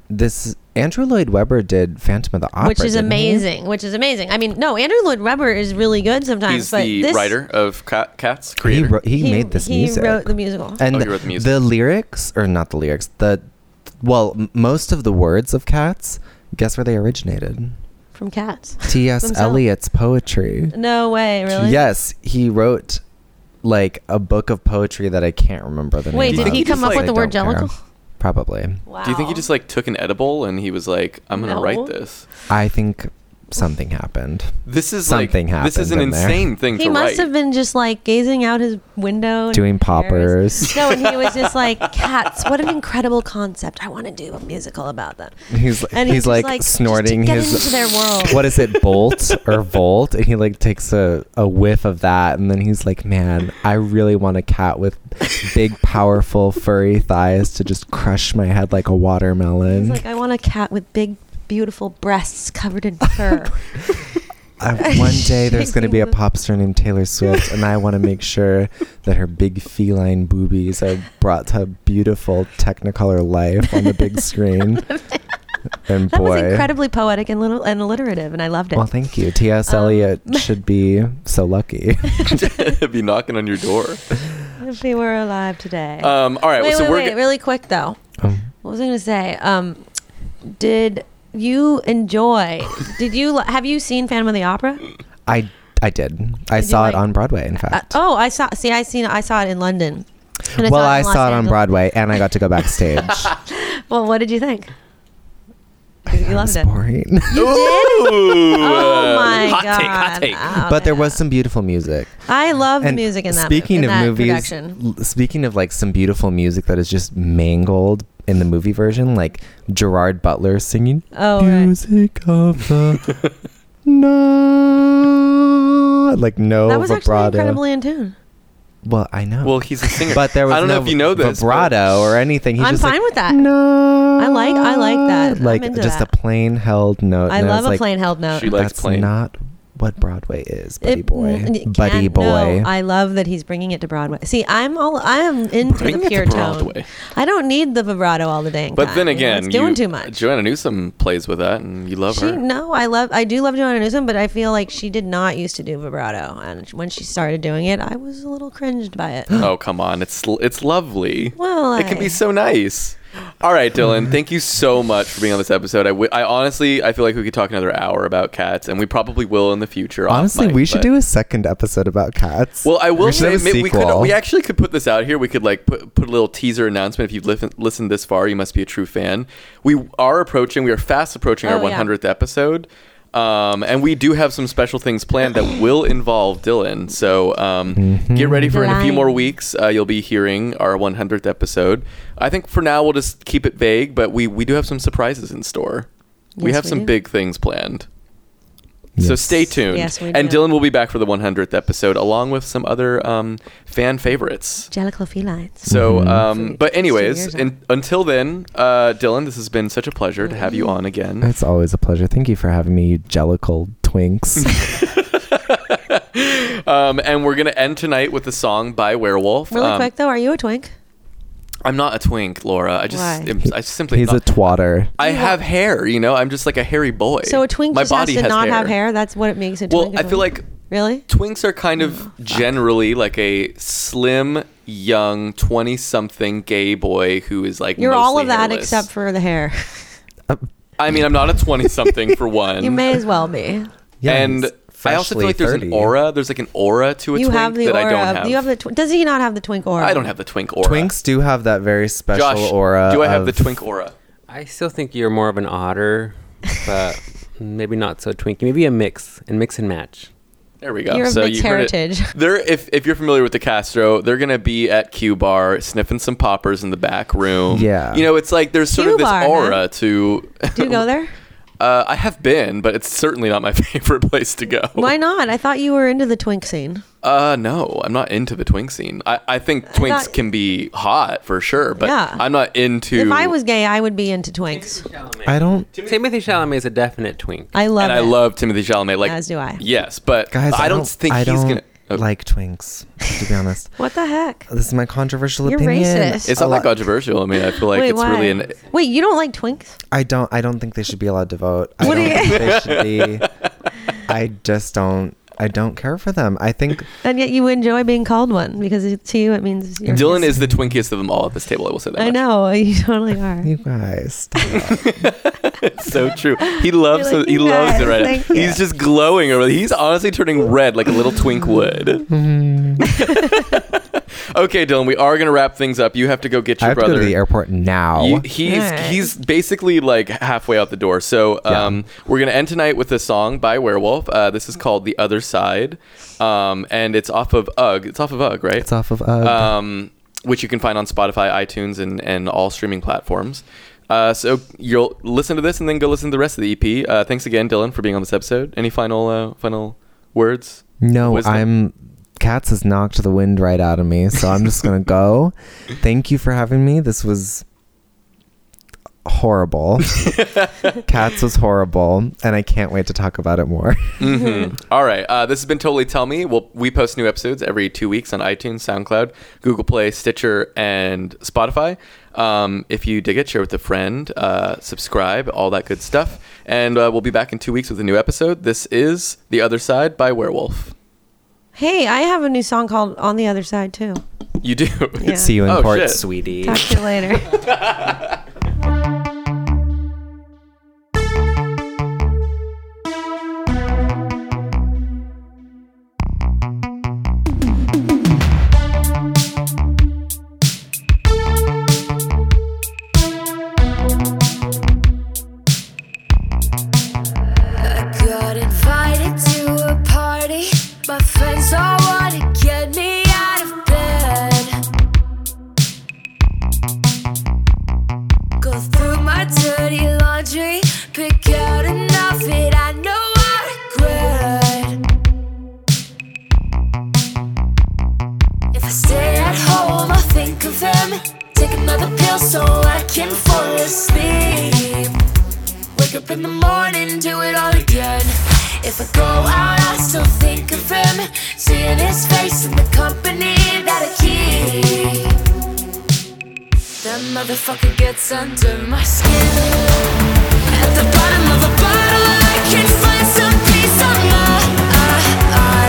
C: this Andrew Lloyd Webber did Phantom of the Opera,
B: which is
C: didn't he?
B: amazing. Which is amazing. I mean, no, Andrew Lloyd Webber is really good sometimes.
A: he's
B: but
A: the
B: this,
A: writer of Cat, cats
C: He,
A: creator
C: wrote, he, made this
B: he
C: music. Uh,
B: wrote the musical.
C: and
A: Oh, he wrote the music.
C: lyrics, or not the lyrics, the well, m- most of the words of Cats. Guess where they originated?
B: from Cats.
C: T.S.
B: Themselves.
C: Eliot's poetry.
B: No way, really.
C: Yes, he wrote like a book of poetry that I can't remember the
B: Wait,
C: name.
A: did
C: of.
A: he come
C: because
A: up with
C: I
A: the
B: word
C: don't care.
B: jellicle?
C: Probably.
B: Wow.
A: do you think he just like took an edible and he was like i'm gonna
B: No.
A: write this
C: I think something happened.
A: this is
C: Something
A: like, this is an
C: happened in there.
A: insane thing
B: He
A: to
B: must
A: write
B: have been just like gazing out his window, and
C: Doing
B: stairs.
C: poppers.
B: No, and he was just like, "Cats! What an incredible concept! I want to do a musical about them."
C: He's
B: And
C: he's,
B: he's
C: like,
B: like, just to
C: snorting
B: get
C: his
B: into their world.
C: What is it, bolt or volt? And he like takes a, a whiff of that, and then he's like, "Man, I really want a cat with big, powerful, furry thighs to just crush my head like a
B: He's
C: watermelon."
B: like, "I want a cat with big, beautiful breasts covered in fur."
C: I, one day there's going to be a
B: Shaking the-
C: pop star named Taylor Swift, and I want to make sure that her big feline boobies are brought to beautiful Technicolor life on the big screen. and
B: that was
C: boy,
B: incredibly poetic and little and alliterative, and I loved it.
C: Well, thank you. T.S.
B: Um,
C: Eliot should be so lucky.
A: be knocking on your door
B: if we were alive today.
A: um all right
B: wait,
A: so
B: wait,
A: we're
B: wait!
A: g-
B: really quick though.
C: Um,
B: What was I going to say? Um, did you enjoy? did you have you seen Phantom of the Opera?
C: I I did.
B: Did
C: I
B: you
C: saw
B: like-
C: it on Broadway. In
B: Uh,
C: fact.
B: oh, I saw. See, I seen. I saw it in London. And
C: well, I
B: in Los
C: saw it on
B: Angeles.
C: Broadway, and I got to go backstage.
B: Well, what did you think? because you loved it.
C: boring.
B: You did?
A: Ooh, uh,
B: Oh my
D: hot
B: god!
D: take, hot take.
B: Oh,
C: but there
B: no.
C: was some beautiful music.
B: I love the music in that. mo-
C: Speaking
B: in
C: of
B: that
C: movies,
B: production.
C: l- speaking of like some beautiful music that is just mangled in the movie version, like Gerard Butler singing
B: Oh, right.
C: "Music of the Night," like no
B: that was actually
C: vibrato.
B: incredibly in tune.
C: well, I know.
A: Well, he's a singer.
C: but there was
A: I don't
C: no
A: know if you know this. but-
C: vibrato or anything. He's
B: I'm
C: just
B: fine
C: like,
B: with that.
C: No,
B: I like- I like that. I'm
C: Like
B: into
C: just
B: that.
C: a plain held note.
B: I
C: and
B: love
C: was
B: a
C: like,
B: plain held note.
A: She likes
C: That's
A: plain.
C: not what Broadway is, buddy
B: It-
C: boy.
B: n- it
C: buddy
B: can't- no,
C: boy.
B: I love that he's bringing it to Broadway. See, I'm all I am into
A: Bring it
B: the
A: to
B: pure tone.
A: Broadway.
B: I don't need the vibrato all the dang
A: But
B: time,
A: then
B: you know,
A: again,
B: it's doing
A: you-
B: too much.
A: Joanna Newsom plays with that, and you love
B: she
A: her.
B: no, I love I do love Joanna Newsom, but I feel like she did not used to do vibrato, and when she started doing it, I was a little cringed by it.
A: Oh come on, it's l- it's lovely.
B: Well,
A: it can
B: I-
A: be so nice. All right, Dylan, thank you so much for being on this episode. I, w- I honestly, I feel like we could talk another hour about cats, and we probably will in the future. off
C: Honestly,
A: mic,
C: we should
A: but-
C: do a second episode about cats.
A: Well, I will
C: we should
A: say
C: have a
A: maybe we could
C: sequel.
A: we actually could put this out here. We could like put, put a little teaser announcement. If you've lif- listened this far, you must be a true fan. We are approaching. We are fast approaching our
B: Oh, yeah.
A: 100th episode. Um, and we do have some special things planned that will involve Dylan. So um, get ready for in a few more
B: Dylan.
A: weeks. Uh, you'll be hearing our 100th episode. I think for now we'll just keep it vague, but we, we do have some surprises in store. we
B: Yes,
A: have
B: we
A: some
B: do.
A: big things planned. So
C: Yes.
A: stay tuned.
B: Yes, we
A: and
B: do.
A: Dylan will be back for the 100th episode along with some other um, fan favorites.
B: Jellicle felines.
A: So,
C: Mhm.
A: um, but
B: Two
A: anyways,
B: years
A: in, until then, uh, Dylan, this has been such a pleasure to
B: Mm-hmm.
A: have you on again.
C: It's always a pleasure. Thank you for having me, you jellicle twinks.
A: Um, and we're gonna end tonight with a song by Werewolf.
B: Really
A: Um,
B: quick though, are you a twink?
A: I'm not a twink, Laura. I just,
B: Why?
A: am, I simply.
C: He's a
A: not-
C: twatter.
A: I have hair. You know, I'm just like a hairy boy.
B: So a twink
A: My
B: just
A: body
B: has to
A: has
B: not
A: hair.
B: have hair. That's what it makes a
A: Well,
B: twink.
A: I feel like
B: really.
A: Twinks are kind of generally like a slim, young, twenty-something gay boy who is like.
B: You're all
A: mostly
B: of that
A: hairless.
B: except for the hair.
A: I mean, I'm not a twenty-something for one.
B: you may as well be.
C: Yeah,
A: and
C: he's
A: I also
C: freshly
A: feel like there's
C: 30.
A: an aura. There's like an aura to a
B: You
A: twink
B: have the
A: that
B: aura.
A: I don't
B: of-
A: have.
B: You have the. Tw- does he not have the twink aura?
A: I don't have the twink aura.
C: Twinks do have that very special
A: Josh,
C: aura.
A: do I have the
C: of-
A: twink aura?
D: I still think you're more of an otter, but maybe not so twinky. Maybe a mix and mix and match.
A: There we go.
B: You're of
A: so
B: mixed
A: you heard it.
B: heritage.
A: They're if if you're familiar with the Castro, they're gonna be at Q Bar sniffing some poppers in the back room.
C: Yeah.
A: you know, it's like there's sort
B: Q
A: of this
B: Bar, huh?
A: aura to.
B: Do you go there?
A: Uh, I have been, but it's certainly not my favorite place to go.
B: Why not? I thought you were into the twink scene.
A: Uh, no, I'm not into the twink scene. I, I think twinks
B: thought-
A: can be hot for sure, but
B: Yeah.
A: I'm not into.
B: If I was gay, I would be into twinks.
C: I don't.
D: Timothy Chalamet is a definite twink.
B: I love.
A: and I
B: it.
A: love Timothy Chalamet. Like,
B: As do I.
A: Yes, but
C: Guys,
A: I, don't, think
C: I
A: he's
C: don't
A: gonna. oh,
C: like twinks. To be honest,
B: What the heck?
C: this is my controversial
B: You're
C: opinion.
A: it's
B: racist.
C: A
A: not that
C: lot-
A: controversial. I mean, I feel like
B: Wait,
A: it's
B: why?
A: really an.
B: Wait, you don't like twinks?
C: I don't. I don't think they should be allowed to vote. I
B: What do
C: don't
B: you-
C: think they should be. I just don't. I don't care for them. I think
B: And yet you enjoy being called one because it- to you it means you're.
A: Dylan is the twinkiest of them all at this table. I will say that.
B: I
A: much.
B: know you totally are.
C: you guys. stop.
A: It's so true. He loves
B: You're
A: it.
B: like,
A: He
B: "You
A: loves it
B: guys,
A: right
B: thank
A: now.
B: you."
A: He's just glowing over. He's honestly turning red like a little twink would.
B: Mm-hmm.
A: okay, Dylan, we are gonna wrap things up. You have to go get
C: I
A: your
C: have to
A: brother.
C: go to the airport now.
A: You- he's
B: Alright.
A: he's basically like halfway out the door. So um, we're gonna end tonight with a song by Werewolf. Uh, this is called "The Other Side," um, and it's off of UGG. It's off of UGG, right?
C: it's off of. Uh,
A: um, which you can find on Spotify, iTunes, and and all streaming platforms. Uh, so you'll listen to this and then go listen to the rest of the EP. Uh, thanks again, Dylan, for being on this episode. Any final uh, final words?
C: no,
A: Wisdom?
C: I'm. Cats has knocked the wind right out of me, so I'm just gonna go. Thank you for having me. This was horrible. Cats was horrible, and I can't wait to talk about it more.
A: All right. Uh, this has been Totally Tell Me. We'll, we post new episodes every two weeks on iTunes, SoundCloud, Google Play, Stitcher, and Spotify. Um, if you dig it, share with a friend, uh, subscribe, all that good stuff. And uh, we'll be back in two weeks with a new episode. This is The Other Side by Werewolf.
B: Hey, I have a new song called "On the Other Side" too.
A: You do.
B: Yeah.
C: See you in
A: Oh,
C: court,
A: shit.
C: sweetie.
B: Talk to you later.
E: my dirty laundry. Pick out an outfit I know I regret. If I stay at home, I think of him. Take another pill so I can fall asleep. Wake up in the morning, do it all again. If I go out, I still think of him. Seeing his face in the company that I keep. That motherfucker gets under my skin. At the bottom of a bottle, I can find some peace of mind.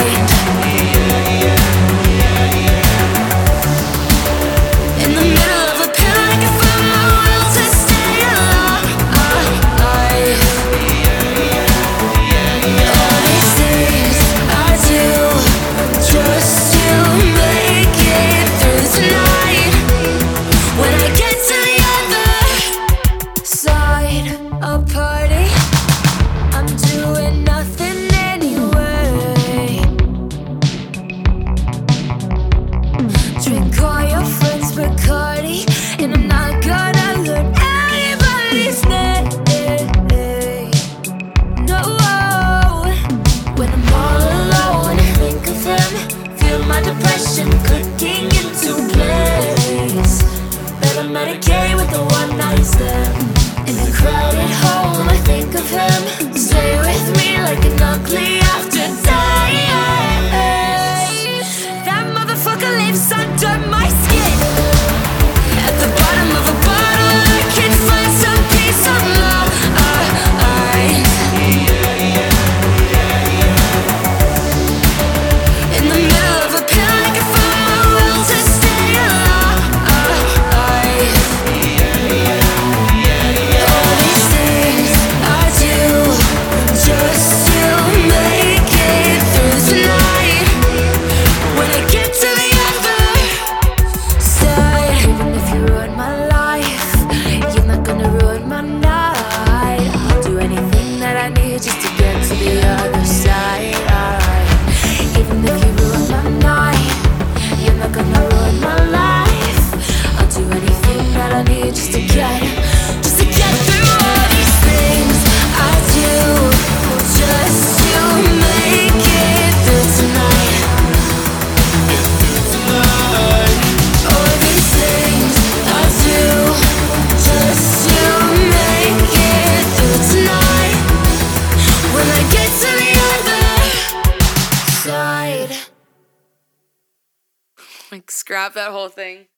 E: In the middle of a pill, I can find my will to stay alive. All these things I do just to make it through tonight. When I get to the other side of party, I'm doing nothing anyway. Drink all your friends Bacardi And I'm not gonna learn anybody's name No When I'm all alone I think of him Feel my depression clicking into place Better medicate with the one night stand In the crowded home I think of him Stay with me like an ugly after That motherfucker lives under my skin. At the bottom of a bottle, I can find some peace of mind. In the middle of a pill, I can find my will to stay alive. All these things I do just to make it through tonight. When I get to the other side, even if you ruin my life, you're not gonna ruin my night. I'll do anything that I need just to get to the other side. Even if you ruin my night, you're not gonna ruin my life. I'll do anything that I need just to get, just to get through all these things I do, just to make it through tonight. All these things I do, just to make it through tonight. When I get to the other side.
F: Like, scrap that whole thing.